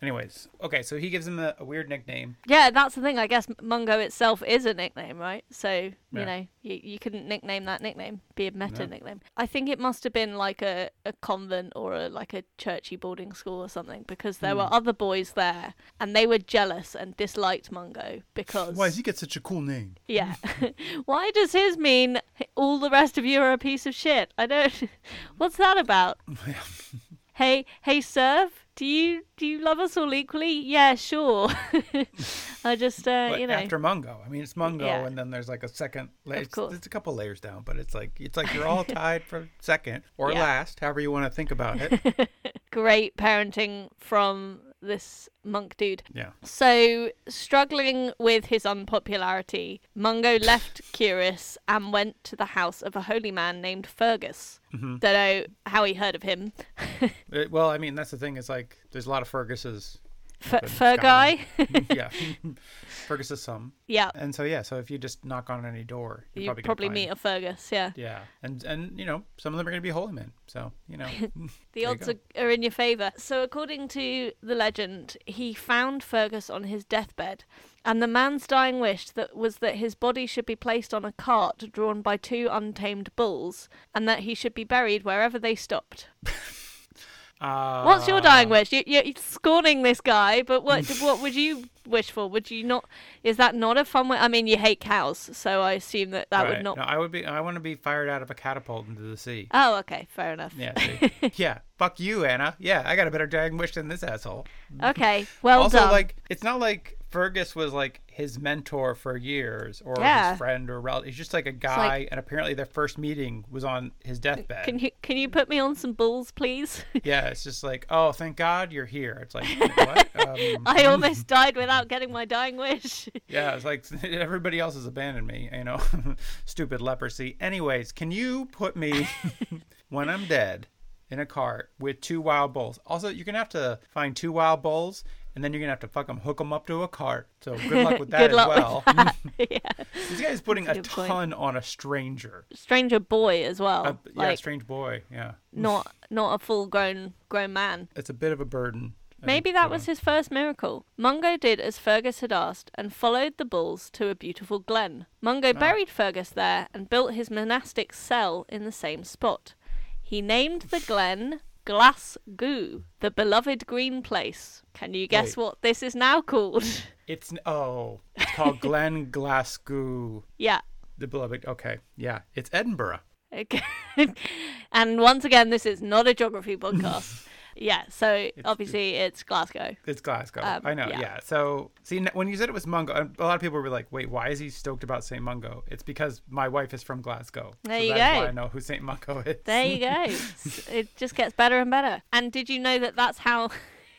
[SPEAKER 1] Anyways, okay, so he gives him a, a weird nickname.
[SPEAKER 2] Yeah, that's the thing. I guess Mungo itself is a nickname, right? So, you
[SPEAKER 1] Yeah.
[SPEAKER 2] know, you, you couldn't nickname that nickname, be a meta nickname. I think it must have been like a, a convent or a, like a churchy boarding school or something because there were other boys there and they were jealous and disliked Mungo because.
[SPEAKER 1] he get such a cool name?
[SPEAKER 2] Yeah. Why does his mean all the rest of you are a piece of shit? I don't. What's that about? hey, hey, Serv, do you do you love us all equally? Yeah, sure. I just, uh,
[SPEAKER 1] But
[SPEAKER 2] you know.
[SPEAKER 1] after Mungo, I mean, it's Mungo,
[SPEAKER 2] Yeah.
[SPEAKER 1] and then there's like a second. la- It's,
[SPEAKER 2] course.
[SPEAKER 1] it's a couple layers down, but it's like it's like you're all tied for second or
[SPEAKER 2] Yeah.
[SPEAKER 1] last, however you want to think about it.
[SPEAKER 2] Great parenting from this monk dude.
[SPEAKER 1] yeah,
[SPEAKER 2] So, struggling with his unpopularity, Mungo left Curus and went to the house of a holy man named Fergus. Don't know how he heard of him.
[SPEAKER 1] It- well, I mean, that's the thing. Is like there's a lot of Ferguses.
[SPEAKER 2] Fer-
[SPEAKER 1] in
[SPEAKER 2] Ferguy?
[SPEAKER 1] yeah, Fergus is some,
[SPEAKER 2] yeah.
[SPEAKER 1] and so yeah. So if you just knock on any door, you're
[SPEAKER 2] You
[SPEAKER 1] probably,
[SPEAKER 2] probably,
[SPEAKER 1] gonna find-
[SPEAKER 2] meet a Fergus, yeah.
[SPEAKER 1] Yeah, and and you know some of them are going to be holy men, so you know.
[SPEAKER 2] The
[SPEAKER 1] you
[SPEAKER 2] odds
[SPEAKER 1] go.
[SPEAKER 2] are, are in your favour. So, according to the legend, he found Fergus on his deathbed, and the man's dying wish that was that his body should be placed on a cart drawn by two untamed bulls, and that he should be buried wherever they stopped.
[SPEAKER 1] uh,
[SPEAKER 2] What's your dying wish? You, you- you're scorning this guy, but what what would you wish for? Would you not? Is that not a fun way? I mean, you hate cows, so I assume that that
[SPEAKER 1] right.
[SPEAKER 2] would not.
[SPEAKER 1] Uh, No, I would be. I want to be fired out of a catapult into the sea.
[SPEAKER 2] Oh, okay, fair enough.
[SPEAKER 1] Yeah, see? yeah. Fuck you, Anna. Yeah, I got a better dying wish than this asshole.
[SPEAKER 2] Okay, well
[SPEAKER 1] also,
[SPEAKER 2] done.
[SPEAKER 1] like, it's not like Fergus was like his mentor for years or
[SPEAKER 2] Yeah.
[SPEAKER 1] his friend or relative. He's just like a guy,
[SPEAKER 2] like-
[SPEAKER 1] and apparently their first meeting was on his deathbed.
[SPEAKER 2] Can you can you put me on some bulls, please?
[SPEAKER 1] Yeah, it's just like, oh, thank God you're here. It's like, what? Um,
[SPEAKER 2] I almost died without getting my dying wish.
[SPEAKER 1] yeah, it's like everybody else has abandoned me, you know, stupid leprosy. Anyways, can you put me when I'm dead in a cart with two wild bulls? Also, you're gonna have to find two wild bulls, and then you're gonna have to fuck them, hook them up to a cart. So good luck with that
[SPEAKER 2] Good
[SPEAKER 1] as
[SPEAKER 2] luck
[SPEAKER 1] well.
[SPEAKER 2] with that. yeah.
[SPEAKER 1] this guy's putting a,
[SPEAKER 2] good point.
[SPEAKER 1] ton on a stranger.
[SPEAKER 2] Stranger boy as well.
[SPEAKER 1] A, Uh, yeah,
[SPEAKER 2] like
[SPEAKER 1] strange boy. Yeah,
[SPEAKER 2] not not a full grown grown man.
[SPEAKER 1] it's a bit of a burden. I
[SPEAKER 2] Maybe
[SPEAKER 1] think,
[SPEAKER 2] that
[SPEAKER 1] uh,
[SPEAKER 2] was his first miracle. Mungo did as Fergus had asked and followed the bulls to a beautiful glen. Mungo
[SPEAKER 1] Ah.
[SPEAKER 2] buried Fergus there and built his monastic cell in the same spot. He named the glen Glass Goo, the beloved green place. Can you guess
[SPEAKER 1] Wait.
[SPEAKER 2] what this is now called?
[SPEAKER 1] It's oh, it's called Glen Glasgow,
[SPEAKER 2] yeah.
[SPEAKER 1] the beloved. Okay, yeah, it's Edinburgh.
[SPEAKER 2] Okay. and once again, this is not a geography podcast. Yeah, so obviously it's Glasgow.
[SPEAKER 1] It's Glasgow.
[SPEAKER 2] Um,
[SPEAKER 1] I know. Yeah.
[SPEAKER 2] yeah.
[SPEAKER 1] So see, n- when you said it was Mungo, um, a a lot of people were like, "Wait, why is he stoked about Saint Mungo?" It's because my wife is from Glasgow.
[SPEAKER 2] There
[SPEAKER 1] so
[SPEAKER 2] you
[SPEAKER 1] that's
[SPEAKER 2] go.
[SPEAKER 1] Why I know who Saint Mungo is.
[SPEAKER 2] There you go. S- it just gets better and better. And did you know that that's how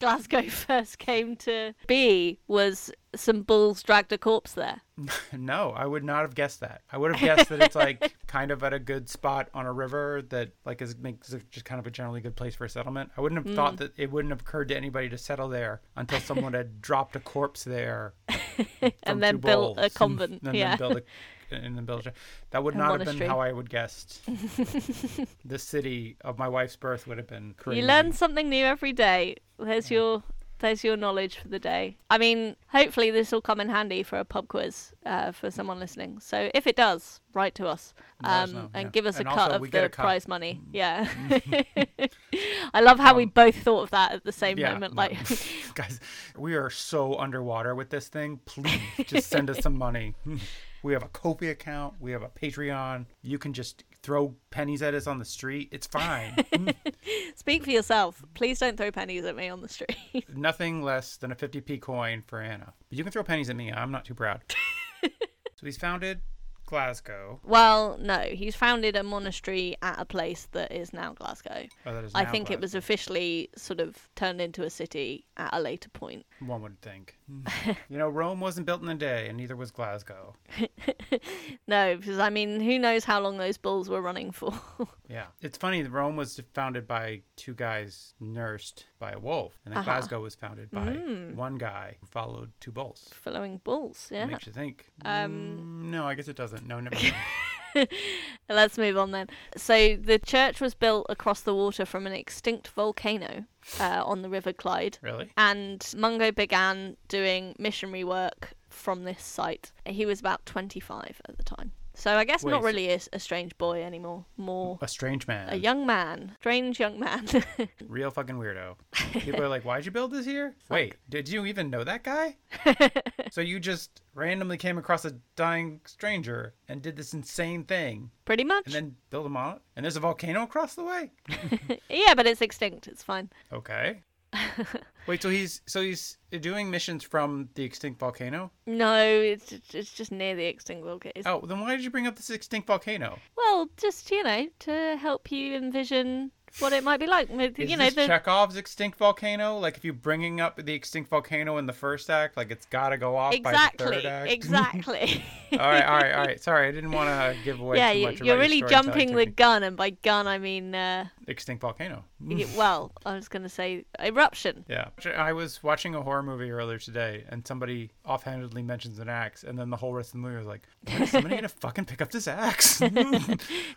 [SPEAKER 2] Glasgow first came to be? Was some bulls dragged a corpse there?
[SPEAKER 1] No, I would not have guessed that. I would have guessed that it's like kind of at a good spot on a river that like is makes it just kind of a generally good place for a settlement. I wouldn't have thought
[SPEAKER 2] Mm.
[SPEAKER 1] that it wouldn't have occurred to anybody to settle there until someone had dropped a corpse there from
[SPEAKER 2] and then
[SPEAKER 1] two
[SPEAKER 2] built
[SPEAKER 1] bulls.
[SPEAKER 2] a convent.
[SPEAKER 1] and
[SPEAKER 2] yeah.
[SPEAKER 1] then build a and then build a that would
[SPEAKER 2] A
[SPEAKER 1] not have
[SPEAKER 2] monastery.
[SPEAKER 1] been how I would guessed the city of my wife's birth would have been
[SPEAKER 2] You
[SPEAKER 1] created.
[SPEAKER 2] learn something new every day. There's your there's your knowledge for the day. I mean, hopefully this will come in handy for a pub quiz uh, for someone listening. So if it does, write to us
[SPEAKER 1] Let us
[SPEAKER 2] um,
[SPEAKER 1] know,
[SPEAKER 2] and
[SPEAKER 1] yeah.
[SPEAKER 2] give us
[SPEAKER 1] And
[SPEAKER 2] a cut
[SPEAKER 1] also
[SPEAKER 2] of
[SPEAKER 1] we
[SPEAKER 2] the
[SPEAKER 1] get a cut. Mm.
[SPEAKER 2] prize money. Yeah, I love how we both thought of that at the same
[SPEAKER 1] Um, Yeah,
[SPEAKER 2] moment.
[SPEAKER 1] no.
[SPEAKER 2] Like,
[SPEAKER 1] guys we are so underwater with this thing please just send us some money we have a kofi account we have a patreon you can just throw pennies at us on the street it's fine
[SPEAKER 2] speak for yourself. Please don't throw pennies at me on the street.
[SPEAKER 1] nothing less than a 50p coin for anna but you can throw pennies at me i'm not too proud so he's founded glasgow
[SPEAKER 2] well, no, he's founded a monastery at a place that is now Glasgow.
[SPEAKER 1] Oh, that is
[SPEAKER 2] I
[SPEAKER 1] now
[SPEAKER 2] think
[SPEAKER 1] Glasgow,
[SPEAKER 2] it was officially sort of turned into a city at a later point.
[SPEAKER 1] one would think you know rome wasn't built in a day and neither was glasgow
[SPEAKER 2] No, because I mean, who knows how long those bulls were running for?
[SPEAKER 1] Yeah. It's funny that Rome was founded by two guys nursed by a wolf, and then
[SPEAKER 2] Uh-huh.
[SPEAKER 1] Glasgow was founded by one guy who followed two bulls.
[SPEAKER 2] Following bulls, Mm. yeah.
[SPEAKER 1] Makes you think. Um, no, I guess it doesn't. No, never. mind.
[SPEAKER 2] Let's move on then. So the church was built across the water from an extinct volcano uh, on the River Clyde.
[SPEAKER 1] really?
[SPEAKER 2] And Mungo began doing missionary work from this site. He was about 25 at the time. So I guess not
[SPEAKER 1] Wait.
[SPEAKER 2] really a, a strange boy anymore, more
[SPEAKER 1] A strange man.
[SPEAKER 2] a young man, strange young man.
[SPEAKER 1] Real fucking weirdo. People are like, why'd you build this here? Wait, did you even know that guy? so you just randomly came across a dying stranger and did this insane thing
[SPEAKER 2] Pretty much.
[SPEAKER 1] and then built a monument? And there's a volcano across the way?
[SPEAKER 2] yeah, but it's extinct. It's fine.
[SPEAKER 1] Okay. Wait, so he's so he's doing missions from the extinct volcano?
[SPEAKER 2] No, it's it's just near the extinct volcano. It's-
[SPEAKER 1] Oh, then why did you bring up this extinct volcano?
[SPEAKER 2] Well, just you know, to help you envision what it might be like. With,
[SPEAKER 1] Is
[SPEAKER 2] you know,
[SPEAKER 1] this
[SPEAKER 2] the,
[SPEAKER 1] Chekhov's extinct volcano? Like, if you're bringing up the extinct volcano in the first act, like it's got to go off by the
[SPEAKER 2] exactly,
[SPEAKER 1] third act.
[SPEAKER 2] exactly.
[SPEAKER 1] all right, all right, all right. Sorry, I didn't want to give away.
[SPEAKER 2] yeah,
[SPEAKER 1] too
[SPEAKER 2] you,
[SPEAKER 1] much of
[SPEAKER 2] you're
[SPEAKER 1] my
[SPEAKER 2] really
[SPEAKER 1] storytelling
[SPEAKER 2] jumping the
[SPEAKER 1] technique.
[SPEAKER 2] gun, and by gun I mean, uh,
[SPEAKER 1] extinct volcano.
[SPEAKER 2] y- well, I was going to say eruption.
[SPEAKER 1] Yeah, I was watching a horror movie earlier today, and somebody offhandedly mentions an axe, and then the whole rest of the movie was like, "When is somebody gonna fucking pick up this axe?"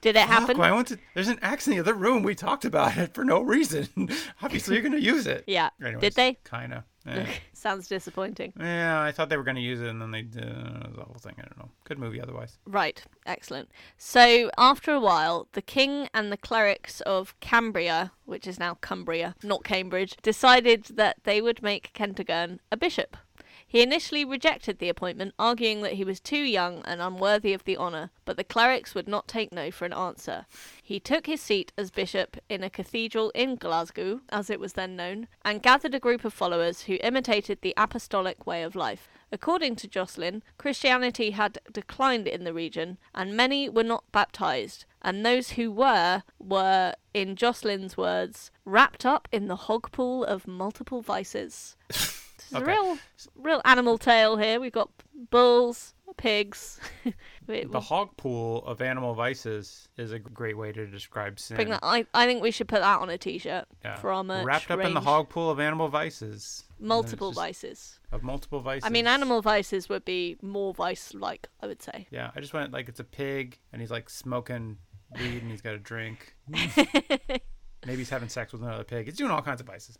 [SPEAKER 2] Did it happen?
[SPEAKER 1] Fuck, why won't it- There's an axe in the other room. We talked about it for no reason. Obviously, you're going to use it.
[SPEAKER 2] Yeah.
[SPEAKER 1] Anyways,
[SPEAKER 2] Did they?
[SPEAKER 1] Kind of. Eh.
[SPEAKER 2] Sounds disappointing.
[SPEAKER 1] yeah, I thought they were going to use it, and then they did the whole thing. I don't know. Good movie otherwise.
[SPEAKER 2] Right, excellent. So, after a while, the king and the clerics of Cambria, which is now Cumbria, not Cambridge, decided that they would make Kentigern a bishop. He initially rejected the appointment, arguing that he was too young and unworthy of the honour, but the clerics would not take no for an answer. He took his seat as bishop in a cathedral in Glasgow, as it was then known, and gathered a group of followers who imitated the apostolic way of life. According to Jocelyn, Christianity had declined in the region, and many were not baptized, and those who were were, in Jocelyn's words, wrapped up in the hog pool of multiple vices. It's
[SPEAKER 1] Okay.
[SPEAKER 2] a real, real animal tale here. We've got bulls, pigs. We-
[SPEAKER 1] The
[SPEAKER 2] we'll
[SPEAKER 1] hog pool of animal vices is a great way to describe sin.
[SPEAKER 2] bring that. I, I think we should put that on a t-shirt
[SPEAKER 1] Yeah.
[SPEAKER 2] for our merch
[SPEAKER 1] Wrapped up in the
[SPEAKER 2] range.
[SPEAKER 1] hog pool of animal vices. And then it's
[SPEAKER 2] Multiple
[SPEAKER 1] just-
[SPEAKER 2] vices.
[SPEAKER 1] Of multiple vices.
[SPEAKER 2] I mean, animal vices would be more vice-like, I would say.
[SPEAKER 1] Yeah, I just went like it's a pig, and he's like smoking weed, and he's got a drink. Maybe he's having sex with another pig. It's doing all kinds of vices.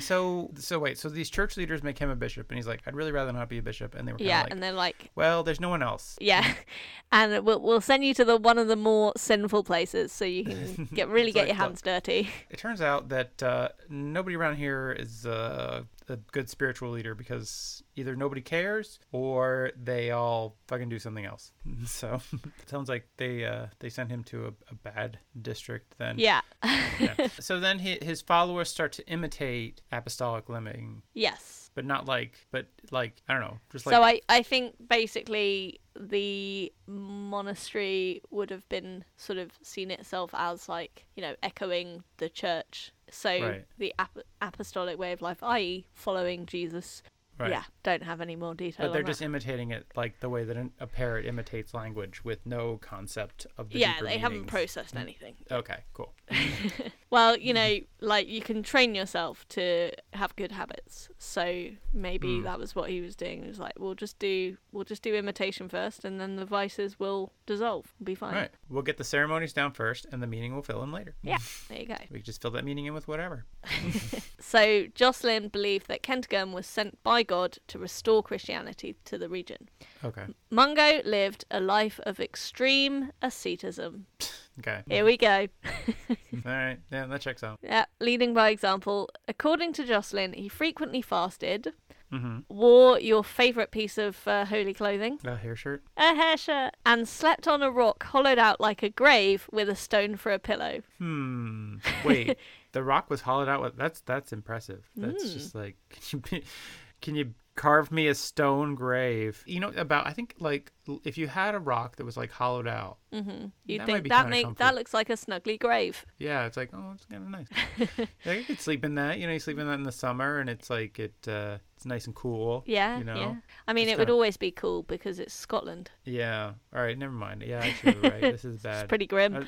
[SPEAKER 1] so, so wait. So these church leaders make him a bishop, and he's like, "I'd really rather not be a bishop." And they were kind of
[SPEAKER 2] Yeah,
[SPEAKER 1] like,
[SPEAKER 2] and they're like,
[SPEAKER 1] "Well, there's no one else."
[SPEAKER 2] yeah, and we'll, we'll send you to the one of the more sinful places so you can get really
[SPEAKER 1] It's
[SPEAKER 2] get
[SPEAKER 1] like,
[SPEAKER 2] your hands dirty.
[SPEAKER 1] It turns out that uh, nobody around here is uh, a good spiritual leader because either nobody cares or they all fucking do something else. So it sounds like they uh, they sent him to a, a bad district then.
[SPEAKER 2] Yeah.
[SPEAKER 1] Yeah. So then hi- his followers start to imitate apostolic lemming,
[SPEAKER 2] yes.
[SPEAKER 1] but not like, but like I don't know, just like
[SPEAKER 2] So I, I think basically the monastery would have been sort of seen itself as like, you know, echoing the church. So
[SPEAKER 1] Right.
[SPEAKER 2] the ap- apostolic way of life, i.e., following Jesus.
[SPEAKER 1] right.
[SPEAKER 2] Yeah, don't have any more detail.
[SPEAKER 1] But they're
[SPEAKER 2] on
[SPEAKER 1] just
[SPEAKER 2] that.
[SPEAKER 1] imitating it like the way that an, a parrot imitates language with no concept of the
[SPEAKER 2] yeah,
[SPEAKER 1] deeper
[SPEAKER 2] they haven't
[SPEAKER 1] meanings.
[SPEAKER 2] processed anything.
[SPEAKER 1] Okay, cool.
[SPEAKER 2] Well, you know, like you can train yourself to have good habits. So maybe that was what he was doing. He was like, we'll just do we'll just do imitation first, and then the vices will dissolve. We'll be fine.
[SPEAKER 1] All right, we'll get the ceremonies down first, and the meaning will fill in later.
[SPEAKER 2] Yeah, there you go.
[SPEAKER 1] We can just fill that meaning in with whatever.
[SPEAKER 2] So Jocelyn believed that Kentigern was sent by God to restore Christianity to the region.
[SPEAKER 1] Okay.
[SPEAKER 2] Mm. Mungo lived a life of extreme asceticism.
[SPEAKER 1] Okay.
[SPEAKER 2] Here we go.
[SPEAKER 1] All right. Yeah, that checks out.
[SPEAKER 2] Yeah, leading by example. According to Jocelyn, he frequently fasted,
[SPEAKER 1] Mm-hmm.
[SPEAKER 2] wore your favourite piece of uh, holy clothing,
[SPEAKER 1] A hair shirt.
[SPEAKER 2] a hair shirt, and slept on a rock hollowed out like a grave with a stone for a pillow.
[SPEAKER 1] Hmm. Wait. the rock was hollowed out. With, that's that's impressive. That's
[SPEAKER 2] Hmm.
[SPEAKER 1] just like can you be, can you carve me a stone grave? You know about I think like l- if you had a rock that was like hollowed out.
[SPEAKER 2] You'd
[SPEAKER 1] That might
[SPEAKER 2] Mm-hmm. think
[SPEAKER 1] be
[SPEAKER 2] that
[SPEAKER 1] kinda
[SPEAKER 2] make
[SPEAKER 1] comfy.
[SPEAKER 2] that looks like a snuggly grave.
[SPEAKER 1] Yeah, it's like oh, it's kind of nice. like, you could sleep in that. You know, you sleep in that in the summer, and it's like it uh, it's nice and cool.
[SPEAKER 2] Yeah,
[SPEAKER 1] You know.
[SPEAKER 2] yeah. I mean,
[SPEAKER 1] It's
[SPEAKER 2] it would
[SPEAKER 1] kinda-
[SPEAKER 2] always be cool because it's Scotland.
[SPEAKER 1] Yeah. All right. Never mind. Yeah, actually, you're right. This is bad.
[SPEAKER 2] It's pretty grim.
[SPEAKER 1] I-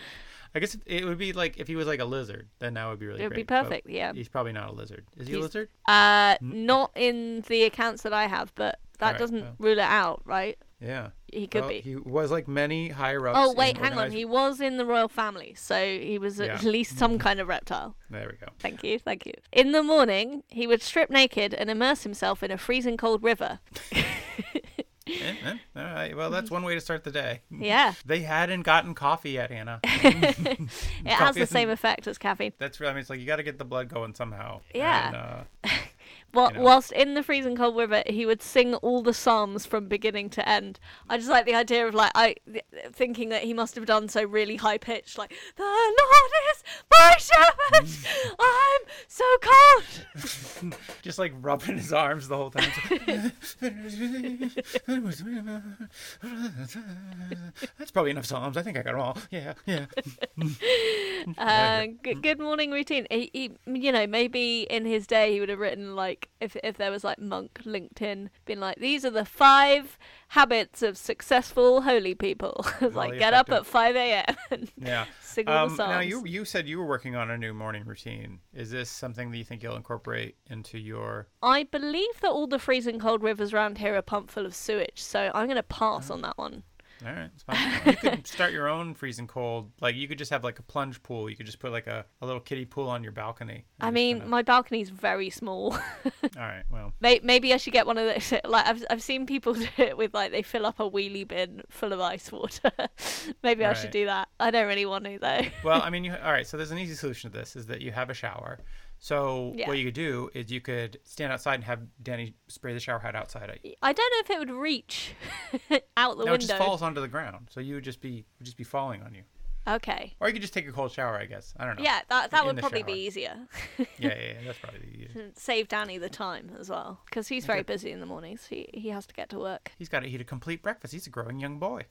[SPEAKER 1] I guess it would be like if he was like a lizard, then that would be really.
[SPEAKER 2] It would be
[SPEAKER 1] great, but
[SPEAKER 2] perfect, yeah.
[SPEAKER 1] He's probably not a lizard. Is he a
[SPEAKER 2] He's-
[SPEAKER 1] lizard?
[SPEAKER 2] Uh, not in the accounts that I have, but that
[SPEAKER 1] Alright,
[SPEAKER 2] doesn't
[SPEAKER 1] well.
[SPEAKER 2] rule it out, right?
[SPEAKER 1] Yeah.
[SPEAKER 2] He could
[SPEAKER 1] Well,
[SPEAKER 2] be.
[SPEAKER 1] He was like many higher ups.
[SPEAKER 2] oh
[SPEAKER 1] in
[SPEAKER 2] wait, hang on.
[SPEAKER 1] organized-
[SPEAKER 2] He was in the royal family, so he was at
[SPEAKER 1] Yeah. Mm.
[SPEAKER 2] least some kind of reptile.
[SPEAKER 1] There we go.
[SPEAKER 2] Thank you, thank you. In the morning, he would strip naked and immerse himself in a freezing cold river.
[SPEAKER 1] Eh, eh, All right. Well, that's one way to start the day.
[SPEAKER 2] Yeah,
[SPEAKER 1] They hadn't gotten coffee yet, Anna.
[SPEAKER 2] it has the
[SPEAKER 1] Coffee.
[SPEAKER 2] same effect as caffeine.
[SPEAKER 1] That's really. I mean, it's like you got to get the blood going somehow.
[SPEAKER 2] Yeah.
[SPEAKER 1] And, uh,
[SPEAKER 2] While,
[SPEAKER 1] You know.
[SPEAKER 2] Whilst in the freezing cold river, he would sing all the psalms from beginning to end. I just like the idea of like I th- thinking that he must have done so really high pitched, like the Lord is my shepherd,
[SPEAKER 1] Mm.
[SPEAKER 2] I'm so cold.
[SPEAKER 1] uh, just like rubbing his arms the whole time. That's probably enough psalms. I think I got them all. Yeah, yeah.
[SPEAKER 2] Uh,
[SPEAKER 1] Mm.
[SPEAKER 2] g- good morning routine. He, he, you know, maybe in his day he would have written like if if there was like monk LinkedIn, been like these are the five habits of successful holy people. It's like
[SPEAKER 1] Highly
[SPEAKER 2] get up at
[SPEAKER 1] effective.
[SPEAKER 2] five a.m. and
[SPEAKER 1] Yeah.
[SPEAKER 2] Sing all the
[SPEAKER 1] Um, now you
[SPEAKER 2] psalms.
[SPEAKER 1] you said you were working on a new morning routine. Is this something that you think you'll incorporate into your?
[SPEAKER 2] I believe that all the freezing cold rivers around here are pumped full of sewage, so I'm going to pass on that one.
[SPEAKER 1] All right, it's fine. you could start your own freezing cold. Like you could just have like a plunge pool. You could just put like a, a little kiddie pool on your balcony. and
[SPEAKER 2] I
[SPEAKER 1] just
[SPEAKER 2] mean,
[SPEAKER 1] kinda-
[SPEAKER 2] my balcony's very small.
[SPEAKER 1] all right, well,
[SPEAKER 2] May- Maybe I should get one of those. Like I've I've seen people do it with like they fill up a wheelie bin full of ice water. Maybe I should
[SPEAKER 1] Right.
[SPEAKER 2] do that. I don't really want to though.
[SPEAKER 1] well, I mean, you, all right. So there's an easy solution to this: is that you have a shower. So
[SPEAKER 2] Yeah.
[SPEAKER 1] what you could do is you could stand outside and have Danny spray the shower head outside at you.
[SPEAKER 2] I don't know if it would reach out the
[SPEAKER 1] No, it
[SPEAKER 2] window.
[SPEAKER 1] just falls onto the ground, so you would just be would just be falling on you.
[SPEAKER 2] Okay.
[SPEAKER 1] Or you could just take a cold shower, I guess. I don't know.
[SPEAKER 2] Yeah, that that
[SPEAKER 1] Oh, in
[SPEAKER 2] would
[SPEAKER 1] the
[SPEAKER 2] probably be
[SPEAKER 1] shower.
[SPEAKER 2] easier.
[SPEAKER 1] yeah, yeah, yeah. That's probably the easiest.
[SPEAKER 2] Save Danny the time as well, because he's very busy in the mornings. He he has to get to work.
[SPEAKER 1] He's got to eat a complete breakfast. He's a growing young boy.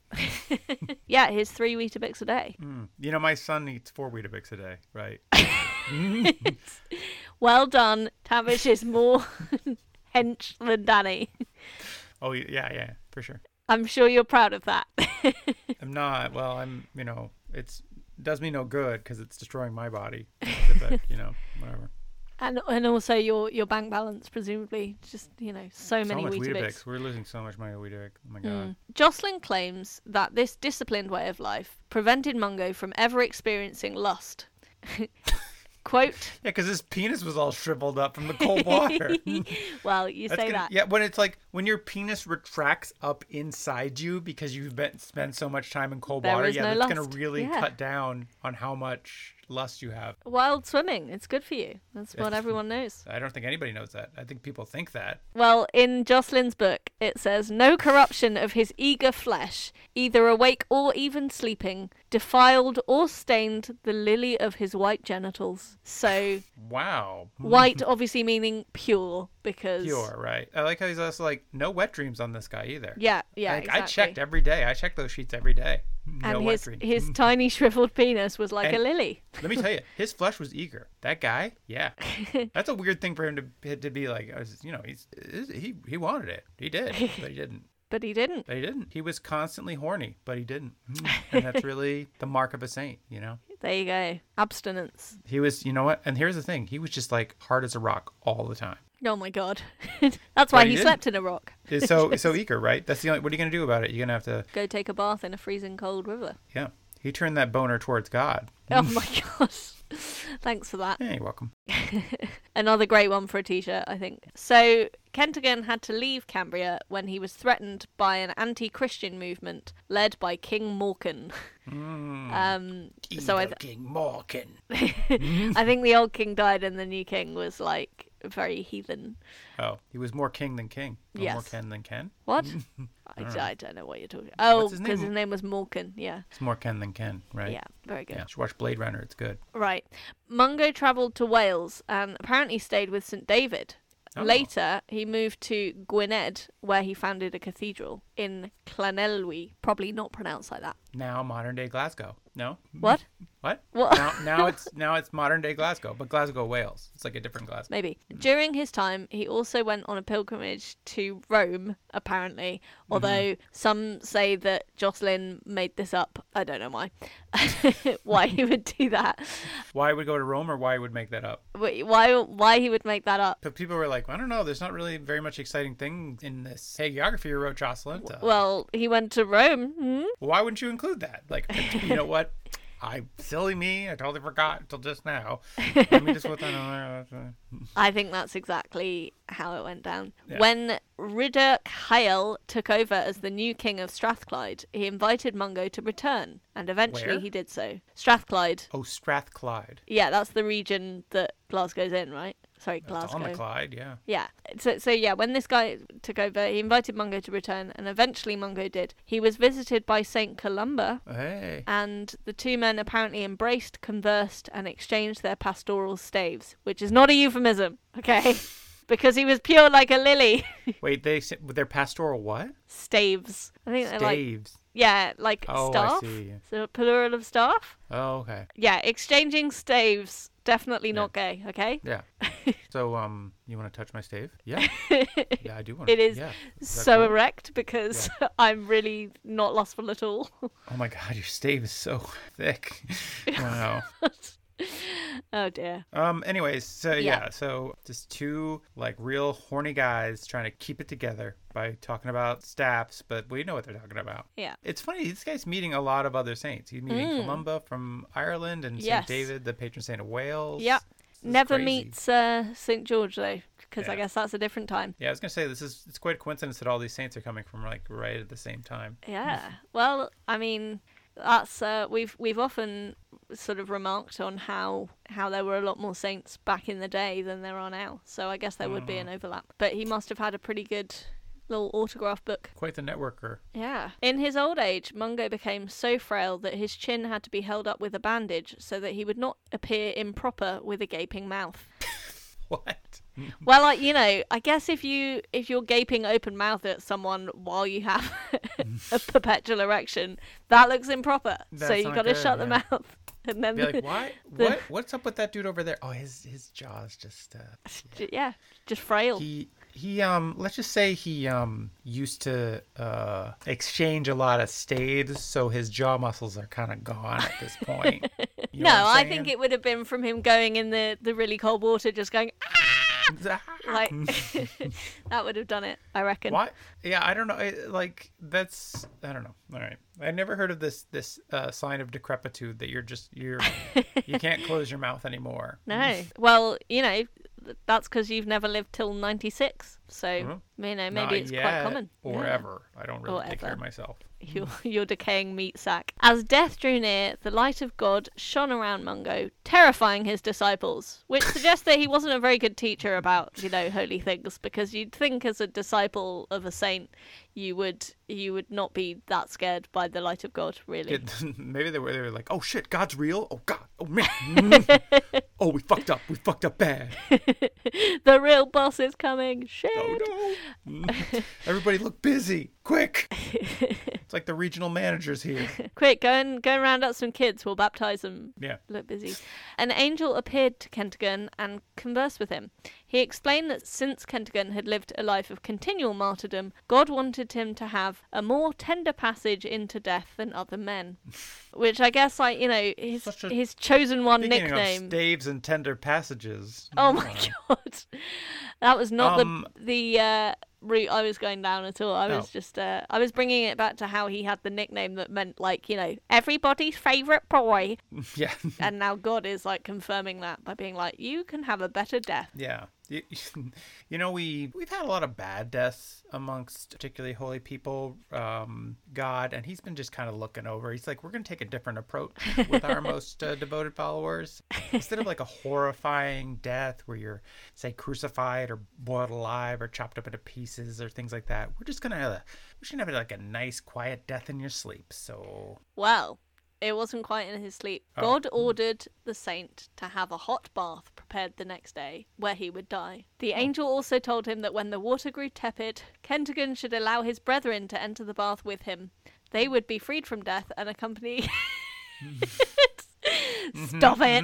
[SPEAKER 2] Yeah, he's three Weetabix a day.
[SPEAKER 1] Mm. You know, my son eats four Weetabix a day, right?
[SPEAKER 2] Well done. Tavish is more hench than Danny.
[SPEAKER 1] Oh, y- yeah, yeah, for sure.
[SPEAKER 2] I'm sure you're proud of that.
[SPEAKER 1] I'm not. Well, I'm. You know, it's does me no good because it's destroying my body. But, you know, whatever.
[SPEAKER 2] and and also your your bank balance presumably just, you know, so
[SPEAKER 1] so
[SPEAKER 2] many Hmm.
[SPEAKER 1] much
[SPEAKER 2] Weetabix.
[SPEAKER 1] Weetabix. We're losing so much money to Weetabix. Oh my god.
[SPEAKER 2] Jocelyn claims that this disciplined way of life prevented Mungo from ever experiencing lust. Quote,
[SPEAKER 1] Yeah, because his penis was all shriveled up from the cold water.
[SPEAKER 2] well, you
[SPEAKER 1] That's
[SPEAKER 2] say
[SPEAKER 1] gonna-
[SPEAKER 2] that.
[SPEAKER 1] Yeah, when it's like when your penis retracts up inside you because you've been spent so much time in cold
[SPEAKER 2] There
[SPEAKER 1] water,
[SPEAKER 2] is
[SPEAKER 1] yeah,
[SPEAKER 2] no
[SPEAKER 1] that's gonna
[SPEAKER 2] lust.
[SPEAKER 1] really
[SPEAKER 2] Yeah.
[SPEAKER 1] cut down on how much lust you have.
[SPEAKER 2] Wild swimming, it's good for you. That's what everyone knows.
[SPEAKER 1] I don't think anybody knows that. I think people think that.
[SPEAKER 2] Well, in Jocelyn's book, it says, No corruption of his eager flesh, either awake or even sleeping, defiled or stained the lily of his white genitals. So,
[SPEAKER 1] Wow.
[SPEAKER 2] white obviously meaning pure, because.
[SPEAKER 1] Pure, right? I like how he's also like, no wet dreams on this guy either.
[SPEAKER 2] Yeah, yeah.
[SPEAKER 1] Like, I
[SPEAKER 2] exactly.
[SPEAKER 1] checked every day. I checked those sheets every day. No
[SPEAKER 2] And
[SPEAKER 1] wet
[SPEAKER 2] his,
[SPEAKER 1] dreams.
[SPEAKER 2] his tiny shriveled penis was like
[SPEAKER 1] And-
[SPEAKER 2] a lily.
[SPEAKER 1] Let me tell you, his flesh was eager. That guy, yeah, that's a weird thing for him to to be like. I was- You know, he's he he wanted it. He did, but he didn't.
[SPEAKER 2] But he didn't.
[SPEAKER 1] But he didn't. He was constantly horny, but he didn't. Mm. And that's really the mark of a saint, you know.
[SPEAKER 2] There you go. Abstinence.
[SPEAKER 1] He was, you know what? And here's the thing: he was just like hard as a rock all the time.
[SPEAKER 2] Oh my god. That's why
[SPEAKER 1] he
[SPEAKER 2] he,
[SPEAKER 1] didn't.
[SPEAKER 2] slept in a rock.
[SPEAKER 1] It's so so eager, right? That's the only. What are you gonna do about it? You're gonna have to,
[SPEAKER 2] Go take a bath in a freezing cold river.
[SPEAKER 1] yeah. He turned that boner towards God.
[SPEAKER 2] Oh my gosh. Thanks for that.
[SPEAKER 1] Hey, welcome.
[SPEAKER 2] Another great one for a t shirt, I think. So, Kentigern had to leave Cambria when he was threatened by an anti Christian movement led by King Morcan.
[SPEAKER 1] Hmm.
[SPEAKER 2] Um, so, I, th-
[SPEAKER 1] King Morgan.
[SPEAKER 2] I think the old king died and the new king was like very heathen.
[SPEAKER 1] Oh, he was more king than king. Or More
[SPEAKER 2] Yes.
[SPEAKER 1] Ken than Ken.
[SPEAKER 2] What? I, I don't know what you're talking Oh,
[SPEAKER 1] What's his name?
[SPEAKER 2] because his name was Morcan. Yeah.
[SPEAKER 1] It's more Ken than Ken, right?
[SPEAKER 2] Yeah. Very good.
[SPEAKER 1] Yeah, should watch Blade Runner. It's good.
[SPEAKER 2] Right. Mungo travelled to Wales and apparently stayed with St David.
[SPEAKER 1] Oh.
[SPEAKER 2] Later, he moved to Gwynedd, where he founded a cathedral in Llanelwy. Probably not pronounced like that.
[SPEAKER 1] Now modern day Glasgow. No,
[SPEAKER 2] What?
[SPEAKER 1] what?
[SPEAKER 2] What?
[SPEAKER 1] Now, now it's now it's modern day Glasgow, but Glasgow, Wales. It's like a different Glasgow.
[SPEAKER 2] Maybe. During his time, he also went on a pilgrimage to Rome, apparently.
[SPEAKER 1] Mm-hmm.
[SPEAKER 2] Although some say that Jocelyn made this up. I don't know why. why he would do that.
[SPEAKER 1] Why would go to Rome or why would make that up?
[SPEAKER 2] Wh- Why, why he would make that up.
[SPEAKER 1] But people were like, I don't know. There's not really very much exciting thing in this hagiography you wrote, Jocelyn. Uh,
[SPEAKER 2] Well, he went to Rome. Hmm?
[SPEAKER 1] why wouldn't you include that? Like, you know what? I silly me. I totally forgot until just now. Let me just put that on there.
[SPEAKER 2] I think that's exactly how it went down.
[SPEAKER 1] Yeah.
[SPEAKER 2] When Riddoch Hale took over as the new king of Strathclyde, he invited Mungo to return, and eventually
[SPEAKER 1] Where?
[SPEAKER 2] he did so. Strathclyde.
[SPEAKER 1] Oh, Strathclyde.
[SPEAKER 2] Yeah, that's the region that Glasgow's in, right? Sorry,
[SPEAKER 1] It's
[SPEAKER 2] Glasgow.
[SPEAKER 1] on the Clyde. Yeah.
[SPEAKER 2] Yeah. So, so yeah, when this guy took over, he invited Mungo to return, and eventually Mungo did. He was visited by Saint Columba,
[SPEAKER 1] Hey.
[SPEAKER 2] and the two men apparently embraced, conversed, and exchanged their pastoral staves, which is not a euphemism, okay? because he was pure like a lily.
[SPEAKER 1] Wait, they s- their pastoral what?
[SPEAKER 2] staves. I think they're like
[SPEAKER 1] Staves.
[SPEAKER 2] yeah, like
[SPEAKER 1] Oh, I
[SPEAKER 2] staff.
[SPEAKER 1] see.
[SPEAKER 2] So plural of staff.
[SPEAKER 1] Oh, okay.
[SPEAKER 2] Yeah, exchanging staves. Definitely not gay. Okay.
[SPEAKER 1] Yeah. so, um, you want to touch my stave? Yeah. yeah, I do want.
[SPEAKER 2] It is
[SPEAKER 1] Yeah. that
[SPEAKER 2] so
[SPEAKER 1] cool?
[SPEAKER 2] erect because I'm really not lustful at all.
[SPEAKER 1] Oh my God, your stave is so thick. wow.
[SPEAKER 2] oh dear.
[SPEAKER 1] Um. Anyways, so yeah.
[SPEAKER 2] Yeah.
[SPEAKER 1] so just two like real horny guys trying to keep it together by talking about staffs, but we know what they're talking about.
[SPEAKER 2] Yeah.
[SPEAKER 1] It's funny. This guy's meeting a lot of other saints. He's meeting Columba from Ireland and Saint
[SPEAKER 2] Mm. Yes.
[SPEAKER 1] David, the patron saint of Wales.
[SPEAKER 2] Yeah.
[SPEAKER 1] This is
[SPEAKER 2] Never
[SPEAKER 1] crazy.
[SPEAKER 2] meets uh, St George though, because I
[SPEAKER 1] Yeah.
[SPEAKER 2] guess that's a different time.
[SPEAKER 1] Yeah, I was gonna say this is it's quite a coincidence that all these saints are coming from like right at the same time.
[SPEAKER 2] Yeah. Well, I mean, that's uh, we've we've often sort of remarked on how how there were a lot more saints back in the day than there are now. So I guess there would be an overlap. But he must have had a pretty good little autograph book.
[SPEAKER 1] Quite the networker.
[SPEAKER 2] Yeah. In his old age, Mungo became so frail that his chin had to be held up with a bandage so that he would not appear improper with a gaping mouth.
[SPEAKER 1] What?
[SPEAKER 2] Well, like, you know, I guess if you if you're gaping open mouthed at someone while you have a perpetual erection, that looks improper. so
[SPEAKER 1] That's
[SPEAKER 2] you
[SPEAKER 1] not
[SPEAKER 2] got to
[SPEAKER 1] good,
[SPEAKER 2] shut the
[SPEAKER 1] yeah.
[SPEAKER 2] mouth, and then
[SPEAKER 1] Be like, why?
[SPEAKER 2] The-
[SPEAKER 1] What? What's up with that dude over there? Oh, his his jaw's just. Uh,
[SPEAKER 2] j- yeah, just frail.
[SPEAKER 1] he he um. Let's just say he um used to uh exchange a lot of staves, so his jaw muscles are kind of gone at this point. You know
[SPEAKER 2] no,
[SPEAKER 1] what I'm
[SPEAKER 2] I think
[SPEAKER 1] saying?
[SPEAKER 2] it would have been from him going in the the really cold water, just going "Ah," like that would have done it. I reckon.
[SPEAKER 1] Why? Yeah, I don't know. I, like that's I don't know. All right, I never heard of this this uh, sign of decrepitude that you're just you're you can't close your mouth anymore.
[SPEAKER 2] No. Well, you know, th- that's because you've never lived till ninety six. So you know, maybe
[SPEAKER 1] Uh-huh. Not
[SPEAKER 2] it's
[SPEAKER 1] yet
[SPEAKER 2] quite common.
[SPEAKER 1] or
[SPEAKER 2] Yeah.
[SPEAKER 1] ever. I don't really
[SPEAKER 2] Or
[SPEAKER 1] take care of
[SPEAKER 2] ever.
[SPEAKER 1] myself.
[SPEAKER 2] your, your decaying meat sack. As death drew near, the light of God shone around Mungo, terrifying his disciples, which suggests that he wasn't a very good teacher about, you know, holy things, because you'd think as a disciple of a saint, you would you would not be that scared by the light of God, really.
[SPEAKER 1] It- maybe they were they were like, oh shit, God's real. Oh God. Oh man. Mm. oh, we fucked up. We fucked up bad.
[SPEAKER 2] the real boss is coming. Shit.
[SPEAKER 1] Oh no. Mm. Everybody look busy. Quick. it's like the regional managers here.
[SPEAKER 2] Quick, go and go and round up some kids. We'll baptize them.
[SPEAKER 1] Yeah.
[SPEAKER 2] Look busy. An angel appeared to Kentigern and conversed with him. He explained that since Kentigern had lived a life of continual martyrdom, God wanted him to have a more tender passage into death than other men. Which I guess, like you know, his
[SPEAKER 1] Such a-
[SPEAKER 2] his chosen one
[SPEAKER 1] Speaking
[SPEAKER 2] nickname.
[SPEAKER 1] of staves and tender passages.
[SPEAKER 2] Oh my god, that was not
[SPEAKER 1] Um,
[SPEAKER 2] the the uh, route I was going down at all. I was
[SPEAKER 1] Oh.
[SPEAKER 2] just uh, I was bringing it back to how he had the nickname that meant like you know everybody's favorite boy,
[SPEAKER 1] Yeah.
[SPEAKER 2] and now God is like confirming that by being like you can have a better death.
[SPEAKER 1] Yeah. You, you know, we we've had a lot of bad deaths amongst particularly holy people, um, God, and he's been just kind of looking over. He's like, we're going to take a different approach with our most uh, devoted followers. Instead of like a horrifying death where you're, say, crucified or boiled alive or chopped up into pieces or things like that, we're just going to have a, we're just going to have like a nice, quiet death in your sleep. So,
[SPEAKER 2] Well, it wasn't quite in his sleep.
[SPEAKER 1] Oh.
[SPEAKER 2] God ordered the saint to have a hot bath prepared the next day, where he would die. The angel also told him that when the water grew tepid, Kentigern should allow his brethren to enter the bath with him. They would be freed from death and accompany. Stop it!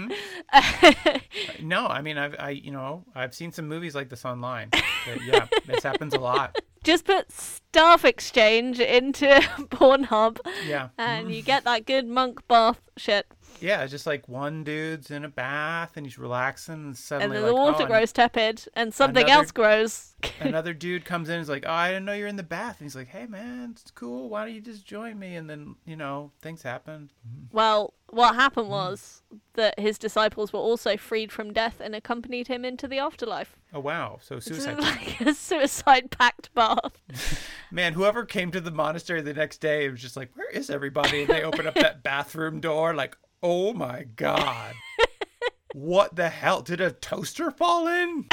[SPEAKER 1] no, I mean, I've, I, you know, I've seen some movies like this online. But yeah, this happens a lot.
[SPEAKER 2] Just put staff exchange into Pornhub,
[SPEAKER 1] Yeah.
[SPEAKER 2] and you get that good monk bath shit.
[SPEAKER 1] Yeah, it's just like one dude's in a bath and he's relaxing, and
[SPEAKER 2] And
[SPEAKER 1] suddenly
[SPEAKER 2] then
[SPEAKER 1] like,
[SPEAKER 2] the water
[SPEAKER 1] oh,
[SPEAKER 2] grows tepid, and something
[SPEAKER 1] another-
[SPEAKER 2] else grows.
[SPEAKER 1] and another dude comes in and is like, "Oh, I didn't know you're in the bath." And he's like, "Hey, man, it's cool. Why don't you just join me?" And then you know things happen.
[SPEAKER 2] Well, what happened was that his disciples were also freed from death and accompanied him into the afterlife.
[SPEAKER 1] Oh wow! So
[SPEAKER 2] This is
[SPEAKER 1] suicide.
[SPEAKER 2] like a suicide pact bath.
[SPEAKER 1] man, whoever came to the monastery the next day was just like, "Where is everybody?" And they open up that bathroom door, like, "Oh my god." What the hell? Did a toaster fall in?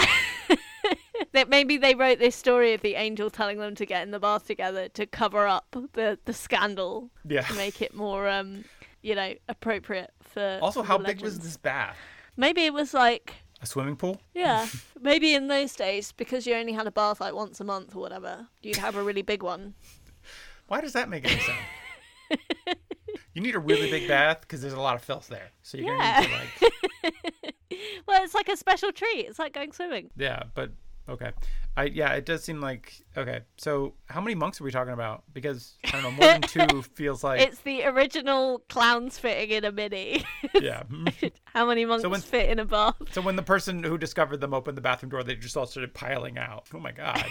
[SPEAKER 2] That maybe they wrote this story of the angel telling them to get in the bath together to cover up the, the scandal
[SPEAKER 1] Yeah.
[SPEAKER 2] to make it more um you know appropriate for
[SPEAKER 1] Also,
[SPEAKER 2] for
[SPEAKER 1] how
[SPEAKER 2] the
[SPEAKER 1] big was
[SPEAKER 2] legends.
[SPEAKER 1] this bath?
[SPEAKER 2] Maybe it was like
[SPEAKER 1] A swimming pool?
[SPEAKER 2] yeah, maybe in those days because you only had a bath like once a month or whatever, you'd have a really big one.
[SPEAKER 1] Why does that make any sense? you need a really big bath because there's a lot of filth there. So you're gonna need to like
[SPEAKER 2] Well, it's like a special treat. It's like going swimming.
[SPEAKER 1] Yeah, but okay. I yeah, it does seem like okay, so how many monks are we talking about? Because I don't know, more than two feels like
[SPEAKER 2] It's the original clowns fitting in a mini.
[SPEAKER 1] Yeah.
[SPEAKER 2] How many monks
[SPEAKER 1] when-
[SPEAKER 2] fit in a bath?
[SPEAKER 1] so when the person who discovered them opened the bathroom door, they just all started piling out. Oh my god.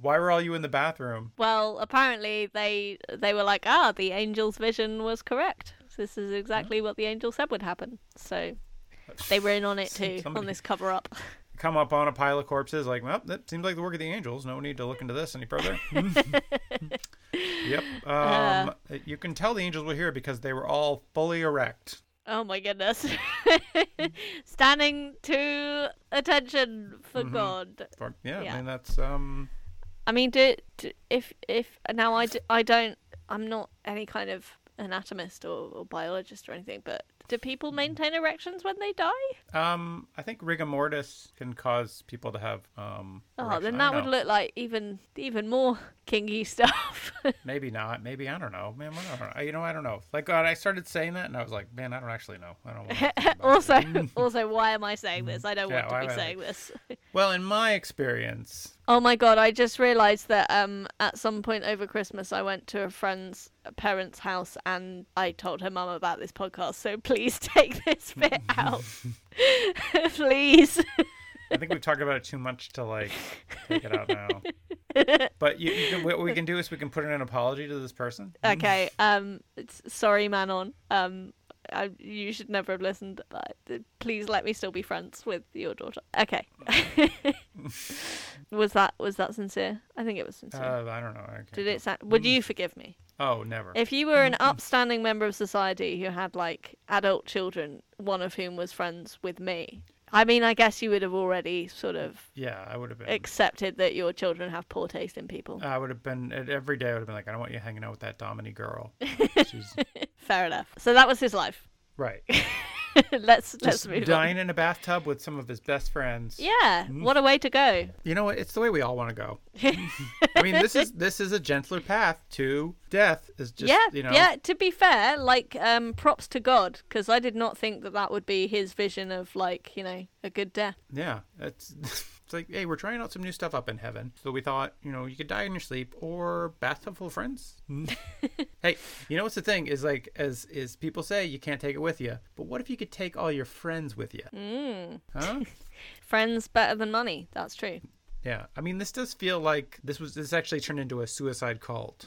[SPEAKER 1] Why were all you in the bathroom?
[SPEAKER 2] Well, apparently they they were like, ah, the angel's vision was correct. This is exactly what the angel said would happen. So they were in on it too
[SPEAKER 1] Somebody-
[SPEAKER 2] on this cover up.
[SPEAKER 1] Come up on a pile of corpses, like, well, that seems like the work of the angels. No need to look into this any further. Mm-hmm. yep.
[SPEAKER 2] Uh.
[SPEAKER 1] Um, you can tell the angels were here because they were all fully erect.
[SPEAKER 2] Oh my goodness!
[SPEAKER 1] Hmm.
[SPEAKER 2] Standing to attention for
[SPEAKER 1] Mm-hmm.
[SPEAKER 2] God.
[SPEAKER 1] For- yeah,
[SPEAKER 2] Yeah.
[SPEAKER 1] I mean that's um
[SPEAKER 2] I mean, do, do if if now I, d- I don't I'm not any kind of anatomist or, or biologist or anything, but do
[SPEAKER 1] Hmm.
[SPEAKER 2] people maintain erections when they die?
[SPEAKER 1] um I think rigor mortis can cause people to have um
[SPEAKER 2] Oh,
[SPEAKER 1] erection.
[SPEAKER 2] then
[SPEAKER 1] I
[SPEAKER 2] that would
[SPEAKER 1] don't know.
[SPEAKER 2] look like even even more kinky stuff.
[SPEAKER 1] maybe not maybe I don't know man I don't know. you know I don't know like God I started saying that and I was like man I don't actually know I don't wanna talk about it.
[SPEAKER 2] also, also, why am I saying this? I don't
[SPEAKER 1] Yeah, why am
[SPEAKER 2] want to be
[SPEAKER 1] I-
[SPEAKER 2] saying this.
[SPEAKER 1] well in my experience
[SPEAKER 2] Oh my god, I just realized that um at some point over Christmas I went to a friend's parents' house and I told her mum about this podcast, so please take this bit out. please.
[SPEAKER 1] I think we've talked about it too much to like take it out now but you, you can, what we can do is we can put in an apology to this person
[SPEAKER 2] Okay. Um, it's, sorry, Manon. Um, I, you should never have listened. But uh, please let me still be friends with your daughter. Okay. was that was that sincere? I think it was sincere.
[SPEAKER 1] Uh, I don't know. I can't
[SPEAKER 2] Did
[SPEAKER 1] tell.
[SPEAKER 2] it sound? Would you forgive me
[SPEAKER 1] Oh, never.
[SPEAKER 2] if you were an upstanding member of society who had like adult children, one of whom was friends with me? I mean, I guess you would have already sort of
[SPEAKER 1] yeah, Uh, I would have been.
[SPEAKER 2] accepted that your children have poor taste in people.
[SPEAKER 1] I would have been at- every day. I would have been like, I don't want you hanging out with that Domini girl. She's
[SPEAKER 2] Fair enough. So that was his life.
[SPEAKER 1] right.
[SPEAKER 2] let's let's
[SPEAKER 1] Just
[SPEAKER 2] move on.
[SPEAKER 1] dying in a bathtub with some of his best friends.
[SPEAKER 2] Yeah,
[SPEAKER 1] Mm.
[SPEAKER 2] what a way to go.
[SPEAKER 1] You know what? It's the way we all want to go. I mean, this is this is a gentler path to death. Is just
[SPEAKER 2] yeah,
[SPEAKER 1] you know.
[SPEAKER 2] yeah. To be fair, like, um, props to God, because I did not think that that would be his vision of like, you know, a good death.
[SPEAKER 1] Yeah, it's it's like hey, we're trying out some new stuff up in heaven. So we thought, you know, you could die in your sleep or bathtub full of friends.
[SPEAKER 2] Mm.
[SPEAKER 1] hey, you know what's the thing is like as is people say you can't take it with you, but what if you could take all your friends with you?
[SPEAKER 2] Mm.
[SPEAKER 1] Huh?
[SPEAKER 2] Friends better than money. That's true.
[SPEAKER 1] Yeah, I mean, this does feel like this was this actually turned into a suicide cult,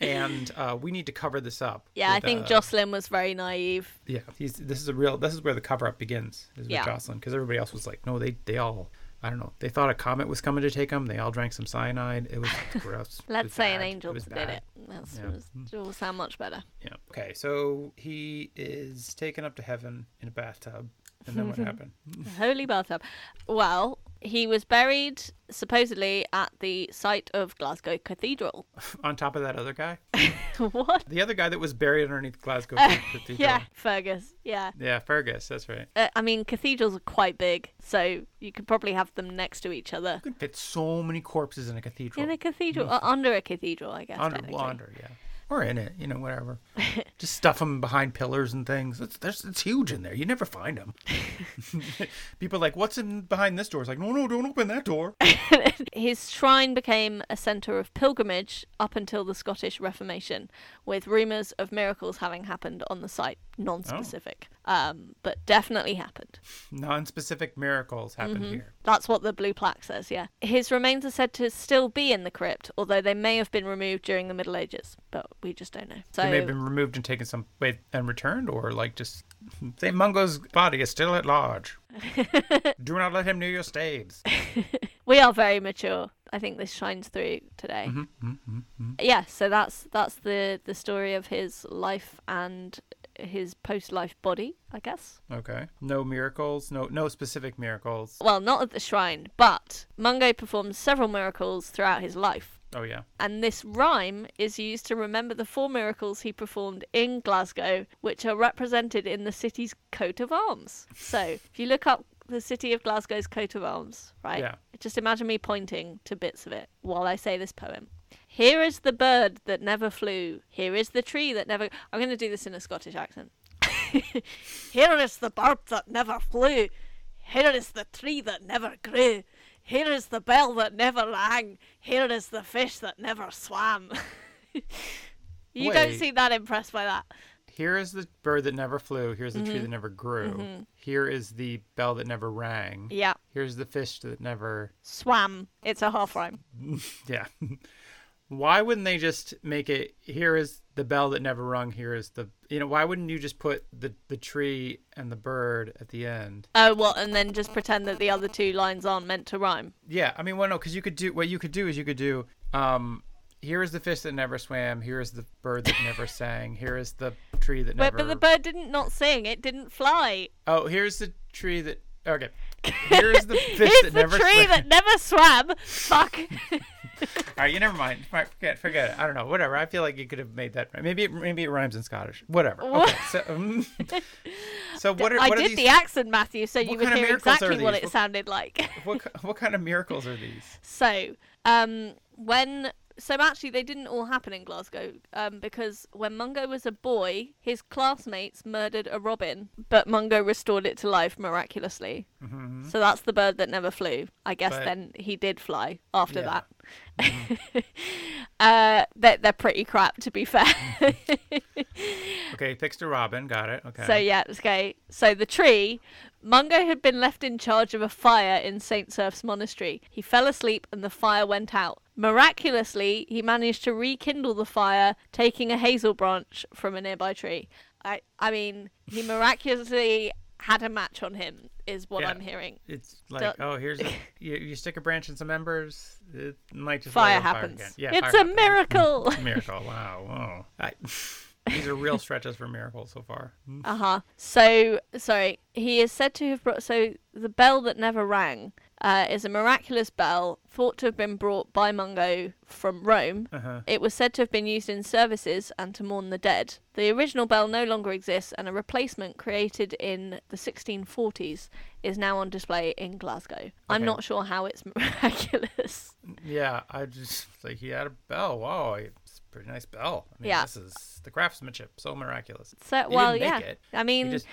[SPEAKER 1] and uh, we need to cover this up.
[SPEAKER 2] Yeah, I
[SPEAKER 1] with,
[SPEAKER 2] think
[SPEAKER 1] uh,
[SPEAKER 2] Jocelyn was very naive.
[SPEAKER 1] Yeah, he's, this is a real. This is where the cover up begins. Is with
[SPEAKER 2] Yeah.
[SPEAKER 1] Jocelyn because everybody else was like, no, they they all. I don't know. They thought a comet was coming to take them. They all drank some cyanide. It was gross. It
[SPEAKER 2] Let's
[SPEAKER 1] was
[SPEAKER 2] say an
[SPEAKER 1] bad.
[SPEAKER 2] angel
[SPEAKER 1] It was
[SPEAKER 2] did
[SPEAKER 1] bad.
[SPEAKER 2] it. That's
[SPEAKER 1] Yeah. Mm.
[SPEAKER 2] was- it will sound much better.
[SPEAKER 1] Yeah. Okay, so he is taken up to heaven in a bathtub, and then what happened?
[SPEAKER 2] Holy bathtub. Well, he was buried supposedly at the site of Glasgow Cathedral.
[SPEAKER 1] On top of that other guy,
[SPEAKER 2] what?
[SPEAKER 1] the other guy that was buried underneath Glasgow Cathedral.
[SPEAKER 2] Yeah, Fergus. Yeah.
[SPEAKER 1] Yeah, Fergus. That's right.
[SPEAKER 2] Uh, I mean, cathedrals are quite big, so you could probably have them next to each other.
[SPEAKER 1] could fit so many corpses in a cathedral.
[SPEAKER 2] In a cathedral, or under a cathedral, I guess.
[SPEAKER 1] under,
[SPEAKER 2] technically.
[SPEAKER 1] well, under, yeah. Or in it, you know, whatever. Just stuff them behind pillars and things. It's, there's, it's huge in there. You never find them. People are like, what's in behind this door? It's like, no, no, don't open that door.
[SPEAKER 2] His shrine became a centre of pilgrimage up until the Scottish Reformation, with rumours of miracles having happened on the site, non specific,
[SPEAKER 1] Oh.
[SPEAKER 2] um, but definitely happened.
[SPEAKER 1] Non-specific miracles happen here.
[SPEAKER 2] That's what the blue plaque says, yeah. His remains are said to still be in the crypt, although they may have been removed during the Middle Ages, but we just don't know. So
[SPEAKER 1] They may have been removed and taken some wait and returned, or like just St. Mungo's body is still at large. Do not let him near your staves.
[SPEAKER 2] we are very mature. I think this shines through today. Yeah, so that's that's the the story of his life and his post life body, I guess.
[SPEAKER 1] Okay. No miracles. No, no specific miracles.
[SPEAKER 2] Well, not at the shrine, but Mungo performed several miracles throughout his life.
[SPEAKER 1] Oh yeah.
[SPEAKER 2] And this rhyme is used to remember the four miracles he performed in Glasgow, which are represented in the city's coat of arms. So if you look up the city of Glasgow's coat of arms, right?
[SPEAKER 1] Yeah.
[SPEAKER 2] Just imagine me pointing to bits of it while I say this poem. Here is the bird that never flew. Here is the tree that never. I'm going to do this in a Scottish accent. Here is the bird that never flew. Here is the tree that never grew. Here is the bell that never rang. Here is the fish that never swam. you don't
[SPEAKER 1] Wait.
[SPEAKER 2] seem that impressed by that.
[SPEAKER 1] Here is the bird that never flew. Here's the
[SPEAKER 2] Mm-hmm.
[SPEAKER 1] tree that never grew. Here is the bell that never rang.
[SPEAKER 2] Yeah.
[SPEAKER 1] Here's the fish that never.
[SPEAKER 2] Swam. It's a half rhyme.
[SPEAKER 1] Yeah. why wouldn't they just make it? Here is the bell that never rung. Here is the. You know, why wouldn't you just put the, the tree and the bird at the end?
[SPEAKER 2] Oh, well, and then just pretend that the other two lines aren't meant to rhyme.
[SPEAKER 1] Yeah. I mean, well, no, because you could do. What you could do is you could do. um here is the fish that never swam. Here is the bird that never sang. Here is the tree that
[SPEAKER 2] But,
[SPEAKER 1] never.
[SPEAKER 2] but the bird didn't not sing. It didn't fly.
[SPEAKER 1] oh, here's the tree that. Okay. Here is the fish
[SPEAKER 2] It's
[SPEAKER 1] that
[SPEAKER 2] the
[SPEAKER 1] never
[SPEAKER 2] tree
[SPEAKER 1] swam.
[SPEAKER 2] that never swam. Fuck.
[SPEAKER 1] All right, you never mind. All right, forget, forget it. I don't know. Whatever. I feel like you could have made that. Maybe it, maybe it rhymes in Scottish. Whatever. Okay. So, um, so what are
[SPEAKER 2] I
[SPEAKER 1] what are
[SPEAKER 2] did
[SPEAKER 1] these?
[SPEAKER 2] the accent, Matthew, so you
[SPEAKER 1] What
[SPEAKER 2] would
[SPEAKER 1] kind of
[SPEAKER 2] hear
[SPEAKER 1] miracles are
[SPEAKER 2] exactly what
[SPEAKER 1] these?
[SPEAKER 2] it
[SPEAKER 1] What-
[SPEAKER 2] sounded like.
[SPEAKER 1] What ki- what kind of miracles are these?
[SPEAKER 2] So, um, when so actually they didn't all happen in Glasgow, um, because when Mungo was a boy, his classmates murdered a robin, but Mungo restored it to life miraculously. So that's the bird that never flew. I guess
[SPEAKER 1] Mm-hmm. But-
[SPEAKER 2] then he did fly after
[SPEAKER 1] Yeah. Mm-hmm.
[SPEAKER 2] that. uh, they're, they're pretty crap, to be fair.
[SPEAKER 1] Mm-hmm. Okay, fixed a robin. Got it. Okay.
[SPEAKER 2] So yeah, okay. So the tree, Mungo had been left in charge of a fire in Saint Surf's monastery. He fell asleep and the fire went out. Miraculously, he managed to rekindle the fire, taking a hazel branch from a nearby tree. I, I mean, he miraculously had a match on him, is what
[SPEAKER 1] Yeah.
[SPEAKER 2] I'm hearing.
[SPEAKER 1] It's like, oh, here's a, you, you stick a branch in some embers, it might just light
[SPEAKER 2] Fire
[SPEAKER 1] on
[SPEAKER 2] happens.
[SPEAKER 1] Fire again. Yeah,
[SPEAKER 2] it's
[SPEAKER 1] fire
[SPEAKER 2] a miracle.
[SPEAKER 1] happens. miracle. Wow. Whoa. I, these are real stretches for miracles so far. Mm,
[SPEAKER 2] Uh huh. So, sorry, he is said to have brought. So, the bell that never rang uh, is a miraculous bell thought to have been brought by Mungo from Rome.
[SPEAKER 1] Uh-huh.
[SPEAKER 2] It was said to have been used in services and to mourn the dead. The original bell no longer exists, and a replacement created in the 1640s is now on display in Glasgow. I'm
[SPEAKER 1] Okay.
[SPEAKER 2] not sure how it's miraculous.
[SPEAKER 1] Yeah, I just like he had a bell. Wow, it's a pretty nice bell. I mean,
[SPEAKER 2] Yeah.
[SPEAKER 1] this is the craftsmanship so miraculous.
[SPEAKER 2] So,
[SPEAKER 1] He
[SPEAKER 2] well,
[SPEAKER 1] didn't
[SPEAKER 2] yeah.
[SPEAKER 1] make it.
[SPEAKER 2] I
[SPEAKER 1] He
[SPEAKER 2] mean,
[SPEAKER 1] just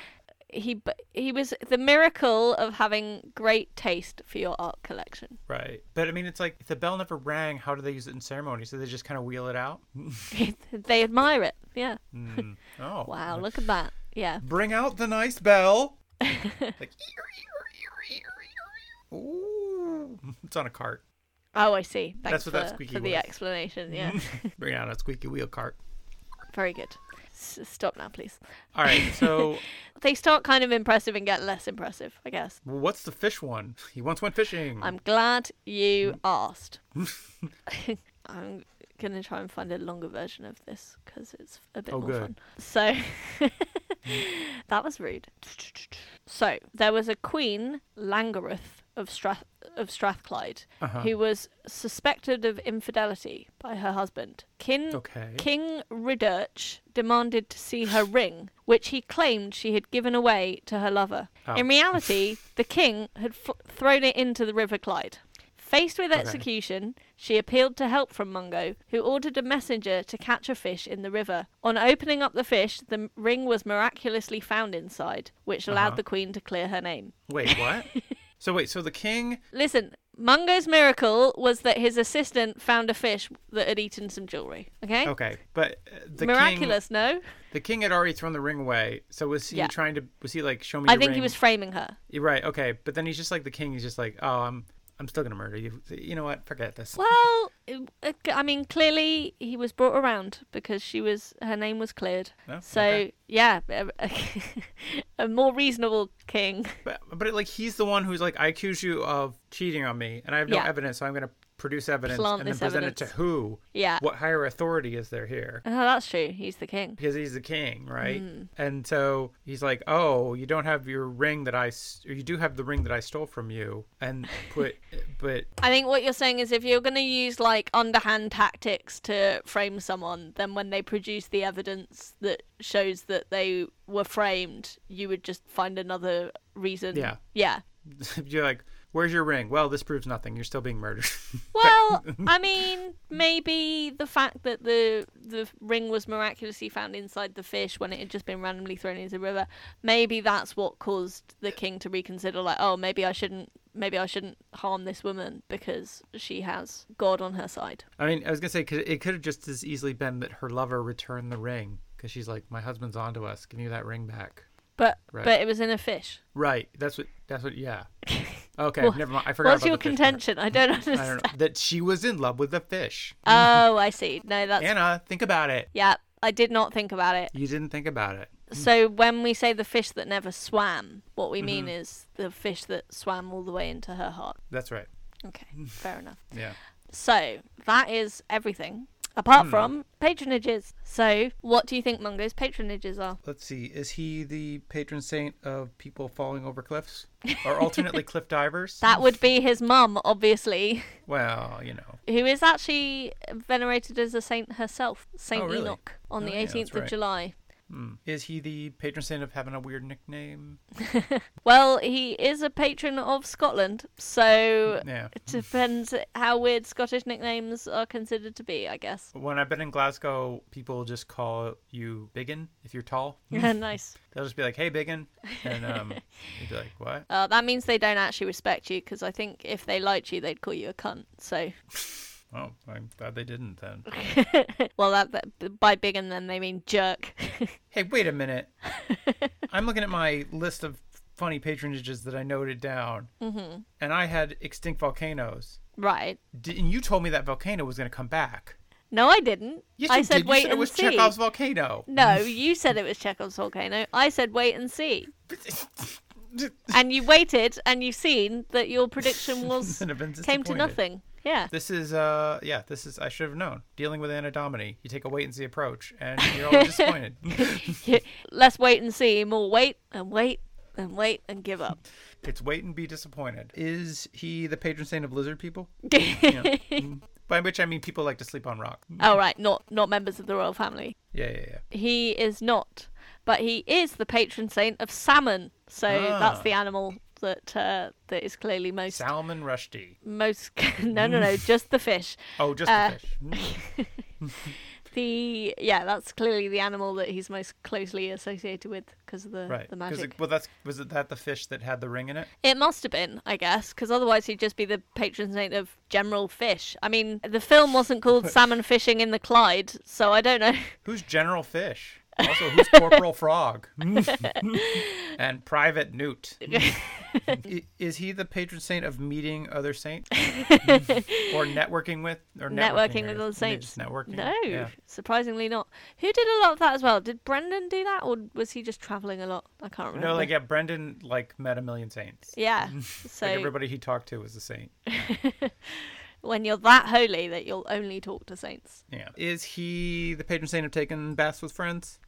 [SPEAKER 2] he b- he was the miracle of having great taste for your art collection.
[SPEAKER 1] right, but I mean, it's like if the bell never rang. How do they use it in ceremony? So they just kind of wheel it out.
[SPEAKER 2] they admire it. Yeah.
[SPEAKER 1] Mm. Oh,
[SPEAKER 2] Wow, look at that. Yeah.
[SPEAKER 1] Bring out the nice bell. like, ooh, it's on a cart.
[SPEAKER 2] Oh, I see. Thanks
[SPEAKER 1] That's what that
[SPEAKER 2] for,
[SPEAKER 1] squeaky Mm-hmm.
[SPEAKER 2] for the
[SPEAKER 1] was.
[SPEAKER 2] explanation. Yeah.
[SPEAKER 1] Bring out a squeaky wheel cart.
[SPEAKER 2] Very good. S- stop now, please.
[SPEAKER 1] All right, so
[SPEAKER 2] They start kind of impressive and get less impressive, I guess.
[SPEAKER 1] what's the fish one? He once went fishing.
[SPEAKER 2] I'm glad
[SPEAKER 1] Hmm.
[SPEAKER 2] you asked. I'm going to try and find a longer version of this because it's a bit
[SPEAKER 1] Oh,
[SPEAKER 2] more
[SPEAKER 1] good.
[SPEAKER 2] fun. So, that was rude. So, there was a queen, Langareth of, Strath- of Strathclyde,
[SPEAKER 1] Uh-huh.
[SPEAKER 2] who was suspected of infidelity by her husband. Kin-
[SPEAKER 1] Okay.
[SPEAKER 2] King Ridurch demanded to see her ring, which he claimed she had given away to her lover.
[SPEAKER 1] Oh.
[SPEAKER 2] In reality, the king had f- thrown it into the River Clyde. Faced with execution, she appealed to help from Mungo, who ordered a messenger to catch a fish in the river. On opening up the fish, the m- ring was miraculously found inside, which allowed
[SPEAKER 1] Uh-huh.
[SPEAKER 2] the queen to clear her name.
[SPEAKER 1] Wait, what? so wait, so the king
[SPEAKER 2] Listen, Mungo's miracle was that his assistant found a fish that had eaten some jewelry. Okay?
[SPEAKER 1] Okay, but uh, the
[SPEAKER 2] Miraculous, no?
[SPEAKER 1] King, the king had already thrown the ring away. So was he
[SPEAKER 2] Yeah.
[SPEAKER 1] trying to? Was he like show me?
[SPEAKER 2] I
[SPEAKER 1] your
[SPEAKER 2] think he
[SPEAKER 1] ring?
[SPEAKER 2] was framing her.
[SPEAKER 1] You're right. Okay, but then he's just like the king. He's just like, oh, I'm, I'm still gonna murder you. You know what? Forget this.
[SPEAKER 2] Well, it- it- I mean, clearly he was brought around because she was her name was cleared.
[SPEAKER 1] No?
[SPEAKER 2] So
[SPEAKER 1] Oh, Okay.
[SPEAKER 2] yeah, a, a more reasonable king.
[SPEAKER 1] But, but like he's the one who's like, I accuse you of cheating on me, and I have no
[SPEAKER 2] Yeah.
[SPEAKER 1] evidence, so I'm gonna produce evidence
[SPEAKER 2] Plant
[SPEAKER 1] and then
[SPEAKER 2] this
[SPEAKER 1] present it
[SPEAKER 2] evidence.
[SPEAKER 1] to who?
[SPEAKER 2] Yeah,
[SPEAKER 1] What higher authority is there here?
[SPEAKER 2] oh, that's true. He's the king.
[SPEAKER 1] because he's the king, right?
[SPEAKER 2] Mm.
[SPEAKER 1] And so he's like, "Oh, you don't have your ring that I, s- or you do have the ring that I stole from you." And put, but
[SPEAKER 2] I think what you're saying is if you're going to use like underhand tactics to frame someone, then when they produce the evidence that shows that they were framed, you would just find another reason.
[SPEAKER 1] Yeah.
[SPEAKER 2] Yeah.
[SPEAKER 1] you're like, "Where's your ring?" Well, this proves nothing. You're still being murdered.
[SPEAKER 2] Well, I mean, maybe the fact that the the ring was miraculously found inside the fish when it had just been randomly thrown into the river, maybe that's what caused the king to reconsider. Like, oh, maybe I shouldn't, maybe I shouldn't harm this woman because she has God on her side.
[SPEAKER 1] I mean, I was gonna say 'cause it could have just as easily been that her lover returned the ring because she's like, "My husband's onto us. Give me that ring back."
[SPEAKER 2] But
[SPEAKER 1] Right.
[SPEAKER 2] but it was in a fish.
[SPEAKER 1] Right. That's what. That's what. Yeah. Okay.
[SPEAKER 2] What-
[SPEAKER 1] never mind. I forgot.
[SPEAKER 2] What's
[SPEAKER 1] about
[SPEAKER 2] your
[SPEAKER 1] the fish part.
[SPEAKER 2] contention? I don't understand.
[SPEAKER 1] I don't know that she was in love with the fish.
[SPEAKER 2] Oh, I see. No, that's
[SPEAKER 1] Anna, think about it.
[SPEAKER 2] yeah. I did not think about it.
[SPEAKER 1] You didn't think about it.
[SPEAKER 2] So when we say the fish that never swam, what we mean
[SPEAKER 1] Mm-hmm.
[SPEAKER 2] is the fish that swam all the way into her heart.
[SPEAKER 1] That's right.
[SPEAKER 2] Okay, fair enough.
[SPEAKER 1] Yeah.
[SPEAKER 2] So that is everything.
[SPEAKER 1] Hmm.
[SPEAKER 2] Apart from patronages. So, what do you think Mungo's patronages are?
[SPEAKER 1] Let's see. Is he the patron saint of people falling over cliffs, or alternately cliff divers?
[SPEAKER 2] That would be his mum, obviously,
[SPEAKER 1] Well, you know.
[SPEAKER 2] who is actually venerated as a saint herself, Saint
[SPEAKER 1] Oh, really?
[SPEAKER 2] Enoch, on
[SPEAKER 1] Oh,
[SPEAKER 2] the
[SPEAKER 1] yeah,
[SPEAKER 2] 18th
[SPEAKER 1] that's
[SPEAKER 2] of
[SPEAKER 1] right.
[SPEAKER 2] July.
[SPEAKER 1] Hmm. Is he the patron saint of having a weird nickname?
[SPEAKER 2] Well, he is a patron of Scotland, so
[SPEAKER 1] Yeah.
[SPEAKER 2] it depends how weird Scottish nicknames are considered to be, I guess.
[SPEAKER 1] When I've been in Glasgow, people just call you Biggin if you're tall.
[SPEAKER 2] nice.
[SPEAKER 1] They'll just be like, "Hey, Biggin," and um, you'd be like, "What?"
[SPEAKER 2] Uh, that means they don't actually respect you because I think if they liked you, they'd call you a cunt. So,
[SPEAKER 1] Oh, I'm glad they didn't then.
[SPEAKER 2] well, that, that by big and then they mean jerk.
[SPEAKER 1] Hey, wait a minute. I'm looking at my list of funny patronages that I noted down,
[SPEAKER 2] Mm-hmm.
[SPEAKER 1] and I had extinct volcanoes.
[SPEAKER 2] right.
[SPEAKER 1] D- and you told me that volcano was going to come back.
[SPEAKER 2] No, I didn't.
[SPEAKER 1] Yes,
[SPEAKER 2] I
[SPEAKER 1] you
[SPEAKER 2] said
[SPEAKER 1] did. You
[SPEAKER 2] wait
[SPEAKER 1] said
[SPEAKER 2] and
[SPEAKER 1] it was
[SPEAKER 2] see.
[SPEAKER 1] Chekhov's volcano.
[SPEAKER 2] No, you said it was Chekhov's volcano. I said wait and see. And you waited and you've seen that your prediction was
[SPEAKER 1] And have been
[SPEAKER 2] came to
[SPEAKER 1] disappointed.
[SPEAKER 2] nothing. Yeah.
[SPEAKER 1] This is uh yeah, this is I should have known. Dealing with Anna Domini. You take a wait and see approach and you're always disappointed.
[SPEAKER 2] Let's wait and see. More wait and wait and wait and give up.
[SPEAKER 1] it's wait and be disappointed. Is he the patron saint of lizard people?
[SPEAKER 2] Oh
[SPEAKER 1] Mm-hmm. By which I mean people like to sleep on rock.
[SPEAKER 2] right, not not members of the royal family.
[SPEAKER 1] Yeah, yeah, yeah.
[SPEAKER 2] He is not, but he is the patron saint of salmon. So that's
[SPEAKER 1] Ah.
[SPEAKER 2] the animal that uh, that is clearly most
[SPEAKER 1] Salmon Rushdie.
[SPEAKER 2] most no no no just the fish.
[SPEAKER 1] Oh, just
[SPEAKER 2] Uh,
[SPEAKER 1] the fish.
[SPEAKER 2] The yeah, that's clearly the animal that he's most closely associated with because of the
[SPEAKER 1] Right.
[SPEAKER 2] the
[SPEAKER 1] 'Cause
[SPEAKER 2] magic.
[SPEAKER 1] It, well, that's was it that the fish that had the ring in it?
[SPEAKER 2] It must have been, I guess, because otherwise he'd just be the patron saint of general fish. I mean, the film wasn't called Salmon Fishing in the Clyde, so I don't know.
[SPEAKER 1] Who's General Fish? Also, who's Corporal Frog? Mm. and Private Newt. I- Is he the patron saint of meeting other saints? Mm-hmm. or networking with? Or
[SPEAKER 2] Networking with
[SPEAKER 1] or-
[SPEAKER 2] other
[SPEAKER 1] just
[SPEAKER 2] saints.
[SPEAKER 1] Networking.
[SPEAKER 2] No,
[SPEAKER 1] Yeah.
[SPEAKER 2] surprisingly not. Who did a lot of that as well? Did Brendan do that, or was he just traveling a lot? I can't remember.
[SPEAKER 1] No, like yeah, Brendan like met a million saints.
[SPEAKER 2] yeah.
[SPEAKER 1] Like
[SPEAKER 2] So
[SPEAKER 1] everybody he talked to was a saint.
[SPEAKER 2] when you're that holy that you'll only talk to saints.
[SPEAKER 1] Yeah. Is he the patron saint of taking baths with friends?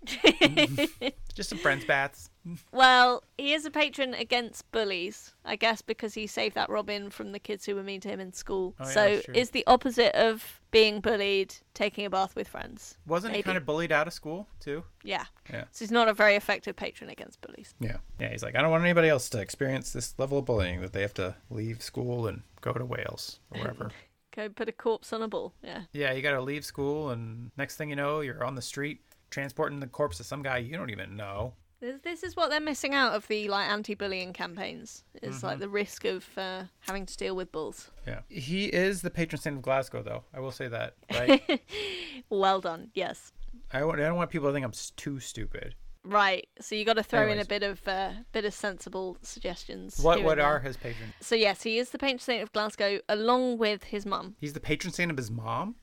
[SPEAKER 1] Just some friends baths.
[SPEAKER 2] Well, he is a patron against bullies, I guess, because he saved that Robin from the kids who were mean to him in school.
[SPEAKER 1] Oh, yeah,
[SPEAKER 2] so
[SPEAKER 1] that's true.
[SPEAKER 2] is the opposite of being bullied, taking a bath with friends.
[SPEAKER 1] Wasn't he
[SPEAKER 2] Maybe.
[SPEAKER 1] kind of bullied out of school too?
[SPEAKER 2] Yeah.
[SPEAKER 1] Yeah.
[SPEAKER 2] So he's not a very effective patron against bullies.
[SPEAKER 1] Yeah. Yeah, he's like, I don't want anybody else to experience this level of bullying that they have to leave school and go to Wales or wherever.
[SPEAKER 2] Go put a corpse on a ball. Yeah.
[SPEAKER 1] yeah, you got to leave school, and next thing you know, you're on the street transporting the corpse of some guy you don't even know.
[SPEAKER 2] This, this is what they're missing out of the like anti-bullying campaigns. It's
[SPEAKER 1] Mm-hmm.
[SPEAKER 2] like the risk of uh, having to deal with bulls.
[SPEAKER 1] Yeah. He is the patron saint of Glasgow, though. I will say that. Right?
[SPEAKER 2] Well done. Yes.
[SPEAKER 1] I, want, I don't want people to think I'm s- too stupid.
[SPEAKER 2] Right. So you got to throw in a
[SPEAKER 1] Anyways.
[SPEAKER 2] bit of uh, bit of sensible suggestions.
[SPEAKER 1] What,
[SPEAKER 2] here
[SPEAKER 1] what
[SPEAKER 2] and there.
[SPEAKER 1] are his patrons?
[SPEAKER 2] So yes, he is the patron saint of Glasgow, along with his mum.
[SPEAKER 1] He's the patron saint of his mom?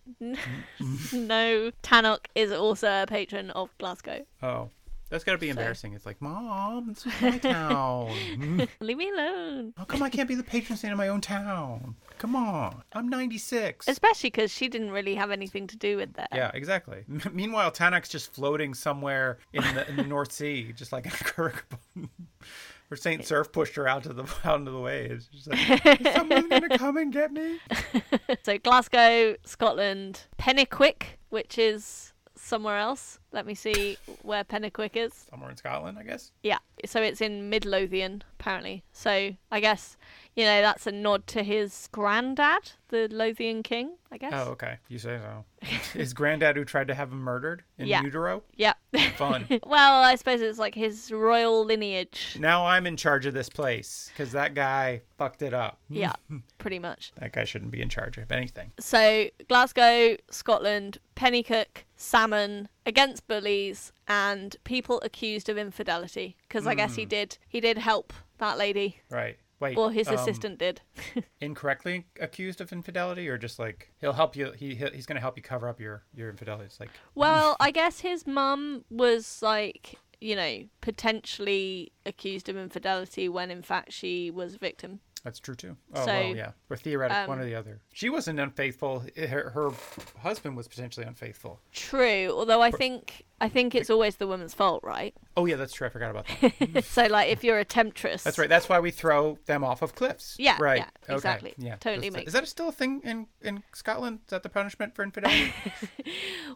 [SPEAKER 2] No, Tannock is also a patron of Glasgow.
[SPEAKER 1] Oh. That's got to be embarrassing. It's like, Mom, this is my town.
[SPEAKER 2] Leave me alone.
[SPEAKER 1] How come I can't be the patron saint of my own town? Come on. I'm 96.
[SPEAKER 2] Especially because she didn't really have anything to do with that.
[SPEAKER 1] Yeah, exactly. M- meanwhile, Tanak's just floating somewhere in the, in the North Sea, just like in a curriculum. Or Saint Surf pushed her out to the out into the waves. She's like, Is someone gonna come and get me?
[SPEAKER 2] So Glasgow, Scotland, Pennequick, which is somewhere else. Let me see where Pennequick is.
[SPEAKER 1] Somewhere in Scotland, I guess.
[SPEAKER 2] Yeah. So it's in Midlothian, apparently. So I guess, you know, that's a nod to his granddad, the Lothian king, I guess.
[SPEAKER 1] Oh, okay. You say so. Is granddad who tried to have him murdered in
[SPEAKER 2] Yeah.
[SPEAKER 1] utero?
[SPEAKER 2] Yeah.
[SPEAKER 1] Fun.
[SPEAKER 2] well, I suppose it's like his royal lineage.
[SPEAKER 1] now I'm in charge of this place because that guy fucked it up.
[SPEAKER 2] Yeah, pretty much.
[SPEAKER 1] That guy shouldn't be in charge of anything.
[SPEAKER 2] So Glasgow, Scotland, Pennycook, salmon against bullies and people accused of infidelity because I
[SPEAKER 1] Hmm.
[SPEAKER 2] guess he did he did help that lady
[SPEAKER 1] Right. Wait.
[SPEAKER 2] or his
[SPEAKER 1] um,
[SPEAKER 2] assistant did.
[SPEAKER 1] incorrectly accused of infidelity or just like he'll help you he he'll- he's going to help you cover up your your infidelity it's like
[SPEAKER 2] well, I guess his mum was like you know potentially accused of infidelity when in fact she was a victim.
[SPEAKER 1] that's true too oh
[SPEAKER 2] So,
[SPEAKER 1] well yeah or theoretic one
[SPEAKER 2] um,
[SPEAKER 1] or the other she wasn't unfaithful her, her husband was potentially unfaithful
[SPEAKER 2] True, although I think I think it's always the woman's fault, right?
[SPEAKER 1] oh yeah that's true i forgot about that
[SPEAKER 2] so like if you're a temptress,
[SPEAKER 1] Mm. that's right that's why we throw them off of cliffs
[SPEAKER 2] Yeah,
[SPEAKER 1] right
[SPEAKER 2] yeah, exactly.
[SPEAKER 1] yeah
[SPEAKER 2] Totally
[SPEAKER 1] That's-
[SPEAKER 2] makes
[SPEAKER 1] is that still a thing in in scotland is that the punishment for infidelity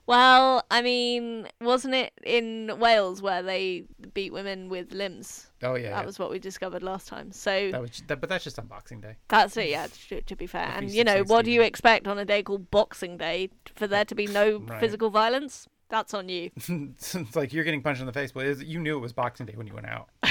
[SPEAKER 2] Well, I mean, wasn't it in Wales where they beat women with limbs?
[SPEAKER 1] oh yeah yeah.
[SPEAKER 2] That was what we discovered last time. So
[SPEAKER 1] that was that, but that's just on boxing day
[SPEAKER 2] that's it, yeah, to, to be fair. And,
[SPEAKER 1] Feast
[SPEAKER 2] you
[SPEAKER 1] of
[SPEAKER 2] know, what do you
[SPEAKER 1] 16.
[SPEAKER 2] expect on a day called Boxing Day for there to be no
[SPEAKER 1] Right.
[SPEAKER 2] physical violence? That's on you.
[SPEAKER 1] it's like you're getting punched in the face but it's- you knew it was boxing day when you went out so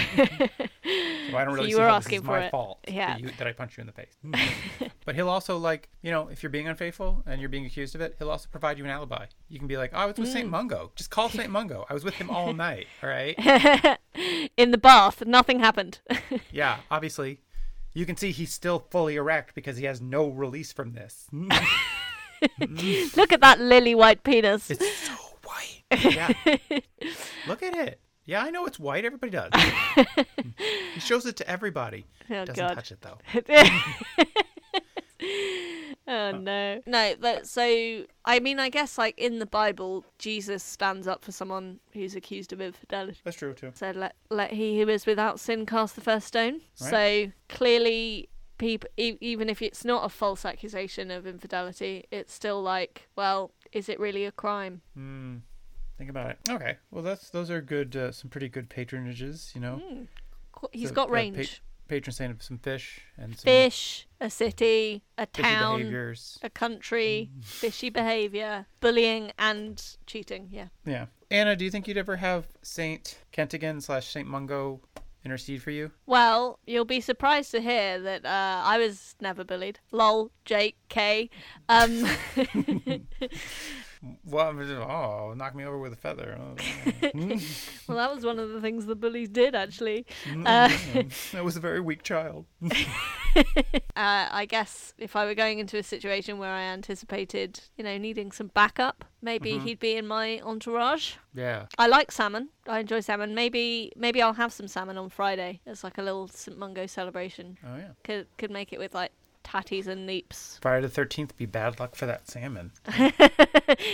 [SPEAKER 1] i don't
[SPEAKER 2] So
[SPEAKER 1] really
[SPEAKER 2] you
[SPEAKER 1] see
[SPEAKER 2] were
[SPEAKER 1] how this
[SPEAKER 2] asking
[SPEAKER 1] is
[SPEAKER 2] for
[SPEAKER 1] my
[SPEAKER 2] it.
[SPEAKER 1] fault that
[SPEAKER 2] Yeah.
[SPEAKER 1] you- that i punched you in the face Hmm. but he'll also like you know if you're being unfaithful and you're being accused of it he'll also provide you an alibi you can be like oh, i was with saint mungo just call saint mungo i was with him all night all right
[SPEAKER 2] In the bath, nothing happened.
[SPEAKER 1] yeah obviously you can see he's still fully erect because he has no release from this
[SPEAKER 2] Look at that lily white penis.
[SPEAKER 1] It's so white. Yeah. Look at it. Yeah, I know it's white. Everybody does. he shows it to everybody.
[SPEAKER 2] Oh
[SPEAKER 1] Doesn't
[SPEAKER 2] god.
[SPEAKER 1] touch it though.
[SPEAKER 2] oh no. No, but so I mean I guess like in the Bible Jesus stands up for someone who's accused of infidelity.
[SPEAKER 1] That's true too.
[SPEAKER 2] So let let he who is without sin cast the first stone. So clearly, people, e- even if it's not a false accusation of infidelity, it's still like, well, is it really a crime?
[SPEAKER 1] Think about it. Okay. Well, that's those are good. Uh, some pretty good patronages. You know,
[SPEAKER 2] Qu- Mm, He's
[SPEAKER 1] So,
[SPEAKER 2] got
[SPEAKER 1] uh, pa-
[SPEAKER 2] range.
[SPEAKER 1] patron saint of some fish and some
[SPEAKER 2] Fish, a city, a
[SPEAKER 1] fishy Mm.
[SPEAKER 2] town,
[SPEAKER 1] behaviors.
[SPEAKER 2] a country, fishy behavior, bullying, and cheating. Yeah.
[SPEAKER 1] Yeah. Anna, do you think you'd ever have Saint Kentigan slash Saint Mungo intercede for you?
[SPEAKER 2] Well, you'll be surprised to hear that uh, I was never bullied. Lol, Jake, K. Um,
[SPEAKER 1] Well, I'm just- oh, knock me over with a feather. Oh,
[SPEAKER 2] Uh, well, that was one of the things the bullies did, actually.
[SPEAKER 1] I Mm-hmm. was a very weak child.
[SPEAKER 2] uh, I guess if I were going into a situation where I anticipated, you know, needing some backup, maybe he'd be in my entourage.
[SPEAKER 1] Yeah.
[SPEAKER 2] I like salmon. I enjoy salmon. Maybe maybe I'll have some salmon on Friday. It's like a little St Mungo celebration.
[SPEAKER 1] Oh yeah.
[SPEAKER 2] Could could make it with like tatties and neeps
[SPEAKER 1] Friday the Thirteenth be bad luck for that salmon.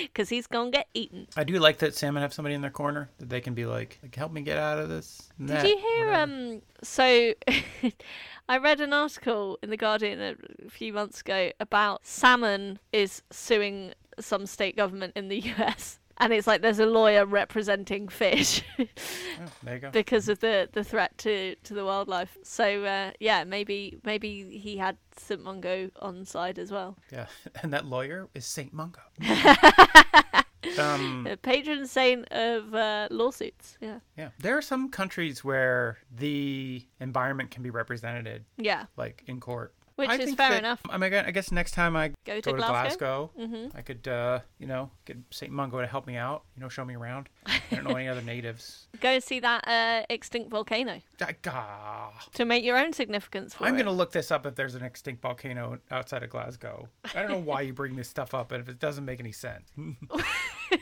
[SPEAKER 2] because he's gonna get eaten.
[SPEAKER 1] I do like that salmon have somebody in their corner that they can be like, like help me get out of this.
[SPEAKER 2] Did you hear? Um, so I read an article in the Guardian a few months ago about salmon is suing some state government in the U.S. and it's like there's a lawyer representing fish
[SPEAKER 1] Oh, there you go.
[SPEAKER 2] because of the, the threat to, to the wildlife. So uh, yeah, maybe maybe he had St Mungo on side as well.
[SPEAKER 1] Yeah, and that lawyer is Saint Mungo. um,
[SPEAKER 2] A Uh, patron saint of uh, lawsuits. Yeah,
[SPEAKER 1] yeah, there are some countries where the environment can be represented,
[SPEAKER 2] yeah.
[SPEAKER 1] like in court.
[SPEAKER 2] Which
[SPEAKER 1] I
[SPEAKER 2] is
[SPEAKER 1] think
[SPEAKER 2] fair
[SPEAKER 1] that-
[SPEAKER 2] enough.
[SPEAKER 1] I mean, I guess next time I
[SPEAKER 2] Go to Glasgow? Mm-hmm.
[SPEAKER 1] I could, uh, you know, get Saint Mungo to help me out. You know, show me around. I don't know any other natives.
[SPEAKER 2] Go and see that uh, extinct volcano
[SPEAKER 1] Ah, gah.
[SPEAKER 2] to make your own significance for
[SPEAKER 1] I'm
[SPEAKER 2] it.
[SPEAKER 1] gonna look this up if there's an extinct volcano outside of Glasgow. I don't know why you bring this stuff up, and if it doesn't make any sense.
[SPEAKER 2] It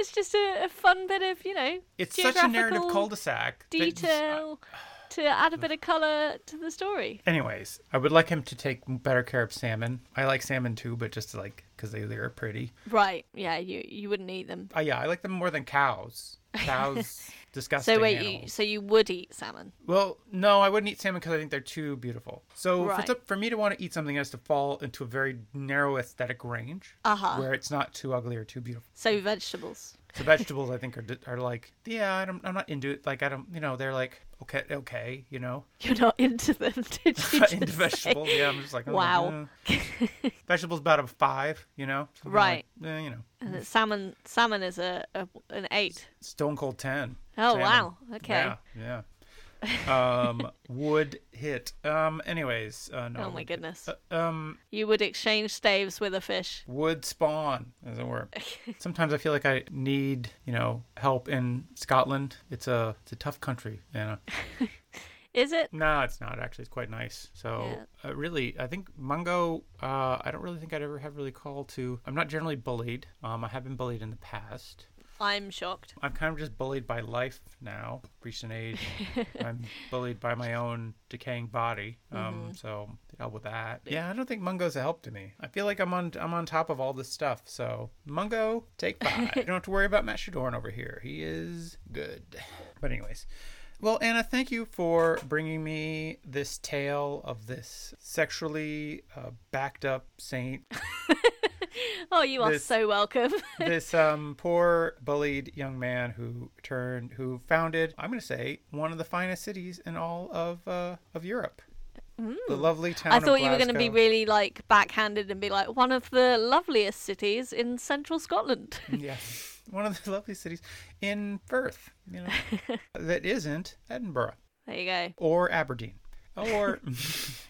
[SPEAKER 2] was just a, a fun bit of you know
[SPEAKER 1] It's such a narrative
[SPEAKER 2] geographical
[SPEAKER 1] cul-de-sac. that just-
[SPEAKER 2] detail to add a bit of color to the story.
[SPEAKER 1] uh, Anyways, I would like him to take better care of salmon. I like salmon too, but just like because they they're pretty.
[SPEAKER 2] Right? Yeah, you you wouldn't eat them.
[SPEAKER 1] Uh, yeah, I like them more than cows. Cows, disgusting.
[SPEAKER 2] So wait, you
[SPEAKER 1] animals.
[SPEAKER 2] so you would eat salmon?
[SPEAKER 1] Well, no, I wouldn't eat salmon because I think they're too beautiful. So for,
[SPEAKER 2] Right.
[SPEAKER 1] to- for me to want to eat something, it has to fall into a very narrow aesthetic range
[SPEAKER 2] Uh-huh.
[SPEAKER 1] where it's not too ugly or too beautiful.
[SPEAKER 2] So vegetables.
[SPEAKER 1] So vegetables, I think, are d- are like, yeah, I don't, I'm not into it. Like I don't, you know, they're like, okay, okay, you know,
[SPEAKER 2] You're not into them, did you?
[SPEAKER 1] But into
[SPEAKER 2] just
[SPEAKER 1] vegetables.
[SPEAKER 2] say?
[SPEAKER 1] Yeah, I'm just like, oh,
[SPEAKER 2] Wow.
[SPEAKER 1] eh. vegetables about a five, you know, Something
[SPEAKER 2] Right.
[SPEAKER 1] Like, eh, you know.
[SPEAKER 2] And that salmon, salmon is a, a an eight.
[SPEAKER 1] Stone Cold 10.
[SPEAKER 2] Oh, wow. Okay.
[SPEAKER 1] Yeah. Yeah. Um, would hit. Um, anyways, uh, no.
[SPEAKER 2] Oh my goodness!
[SPEAKER 1] Um,
[SPEAKER 2] You would exchange staves with a fish.
[SPEAKER 1] would spawn, as it were. Sometimes I feel like I need, you know, help in Scotland. It's a, it's a tough country, Anna.
[SPEAKER 2] Is it?
[SPEAKER 1] No, it's not actually. It's quite nice. So uh, really, I think Mungo. Uh, I don't really think I'd ever have really called to. I'm not generally bullied. Um, I have been bullied in the past.
[SPEAKER 2] I'm shocked.
[SPEAKER 1] I'm kind of just bullied by life now, reached an age. I'm bullied by my own decaying body. Um, so deal with that. Yeah, I don't think Mungo's a help to me. I feel like I'm on I'm on top of all this stuff. So Mungo, take five. you don't have to worry about Matt Shadorn over here. He is good. But anyways. Well, Anna, thank you for bringing me this tale of this sexually uh, backed up saint
[SPEAKER 2] Oh, you are
[SPEAKER 1] This-
[SPEAKER 2] so welcome.
[SPEAKER 1] this um, poor bullied young man who turned who founded i'm going to say one of the finest cities in all of uh, of europe the lovely town
[SPEAKER 2] Mm. I
[SPEAKER 1] of
[SPEAKER 2] thought you were going to be
[SPEAKER 1] Glasgow.
[SPEAKER 2] really like backhanded and be like one of the loveliest cities in central Scotland.
[SPEAKER 1] yeah one of the lovely cities in Perth, you know that isn't edinburgh
[SPEAKER 2] there you go.
[SPEAKER 1] or aberdeen or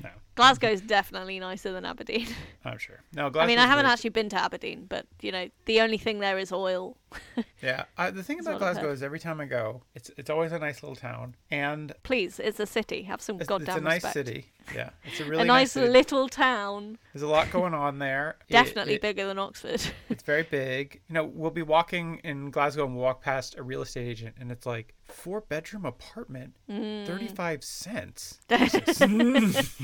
[SPEAKER 1] no
[SPEAKER 2] Glasgow's definitely nicer than Aberdeen.
[SPEAKER 1] i'm sure no
[SPEAKER 2] I mean, I
[SPEAKER 1] Glasgow's
[SPEAKER 2] haven't
[SPEAKER 1] very-
[SPEAKER 2] actually been to Aberdeen, but you know, the only thing there is oil.
[SPEAKER 1] yeah I, the thing about
[SPEAKER 2] not a
[SPEAKER 1] glasgow is every time i go it's it's always a nice little town and
[SPEAKER 2] Please, it's a city. Have some
[SPEAKER 1] It's,
[SPEAKER 2] goddamn
[SPEAKER 1] it's a nice
[SPEAKER 2] respect.
[SPEAKER 1] city. Yeah, it's a really
[SPEAKER 2] a
[SPEAKER 1] nice.
[SPEAKER 2] nice
[SPEAKER 1] city.
[SPEAKER 2] little town,
[SPEAKER 1] There's a lot going on there. It-
[SPEAKER 2] definitely
[SPEAKER 1] it-
[SPEAKER 2] bigger than Oxford.
[SPEAKER 1] It's very big. You know, we'll be walking in Glasgow and we'll walk past a real estate agent and it's like four bedroom apartment,
[SPEAKER 2] Mm.
[SPEAKER 1] 35 cents.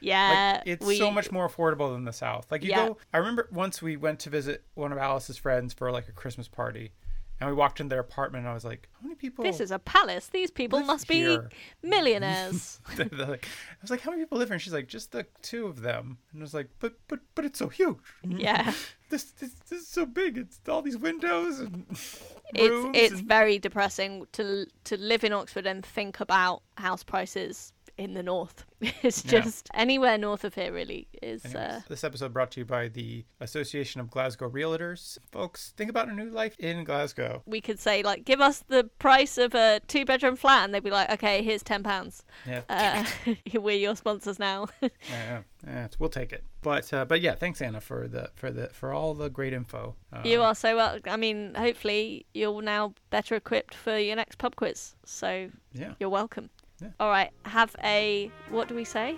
[SPEAKER 2] yeah,
[SPEAKER 1] Like, it's
[SPEAKER 2] we-
[SPEAKER 1] so much more affordable than the South. Like, you
[SPEAKER 2] Yeah.
[SPEAKER 1] go, I remember once we went to visit one of Alice's friends for like a Christmas party and we walked into their apartment and I was like, how many people?
[SPEAKER 2] This is a palace. These people
[SPEAKER 1] live
[SPEAKER 2] must be
[SPEAKER 1] here.
[SPEAKER 2] millionaires.
[SPEAKER 1] They're like, I was like, how many people live here? And she's like, just the two of them. And I was like, but, but, but it's so huge.
[SPEAKER 2] yeah,
[SPEAKER 1] This, this, this is so big. It's all these windows and
[SPEAKER 2] it's
[SPEAKER 1] rooms
[SPEAKER 2] it's
[SPEAKER 1] and-
[SPEAKER 2] very depressing to to live in Oxford and think about house prices in the north. It's
[SPEAKER 1] Yeah.
[SPEAKER 2] just anywhere north of here really is. Uh,
[SPEAKER 1] Anyways, this episode brought to you by the Association of Glasgow Realtors. Folks, think about a new life in Glasgow.
[SPEAKER 2] we could say like, give us the price of a two bedroom flat, and they'd be like, okay, here's ten pounds.
[SPEAKER 1] Yeah,
[SPEAKER 2] Uh, we're your sponsors now.
[SPEAKER 1] yeah, yeah, it's- we'll take it. But uh, but yeah, thanks Anna for the for the for all the great info. Uh,
[SPEAKER 2] You are so well. I mean, hopefully you're now better equipped for your next pub quiz. So
[SPEAKER 1] yeah.
[SPEAKER 2] you're welcome.
[SPEAKER 1] Yeah.
[SPEAKER 2] All right. Have a what do we say?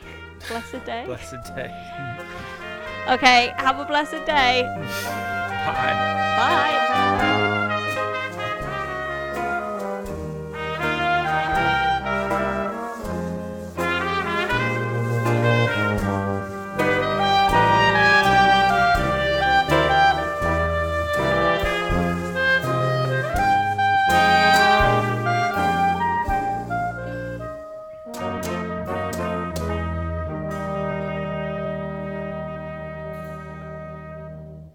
[SPEAKER 2] Blessed day.
[SPEAKER 1] Blessed day.
[SPEAKER 2] okay. Have a blessed day.
[SPEAKER 1] Bye.
[SPEAKER 2] Bye.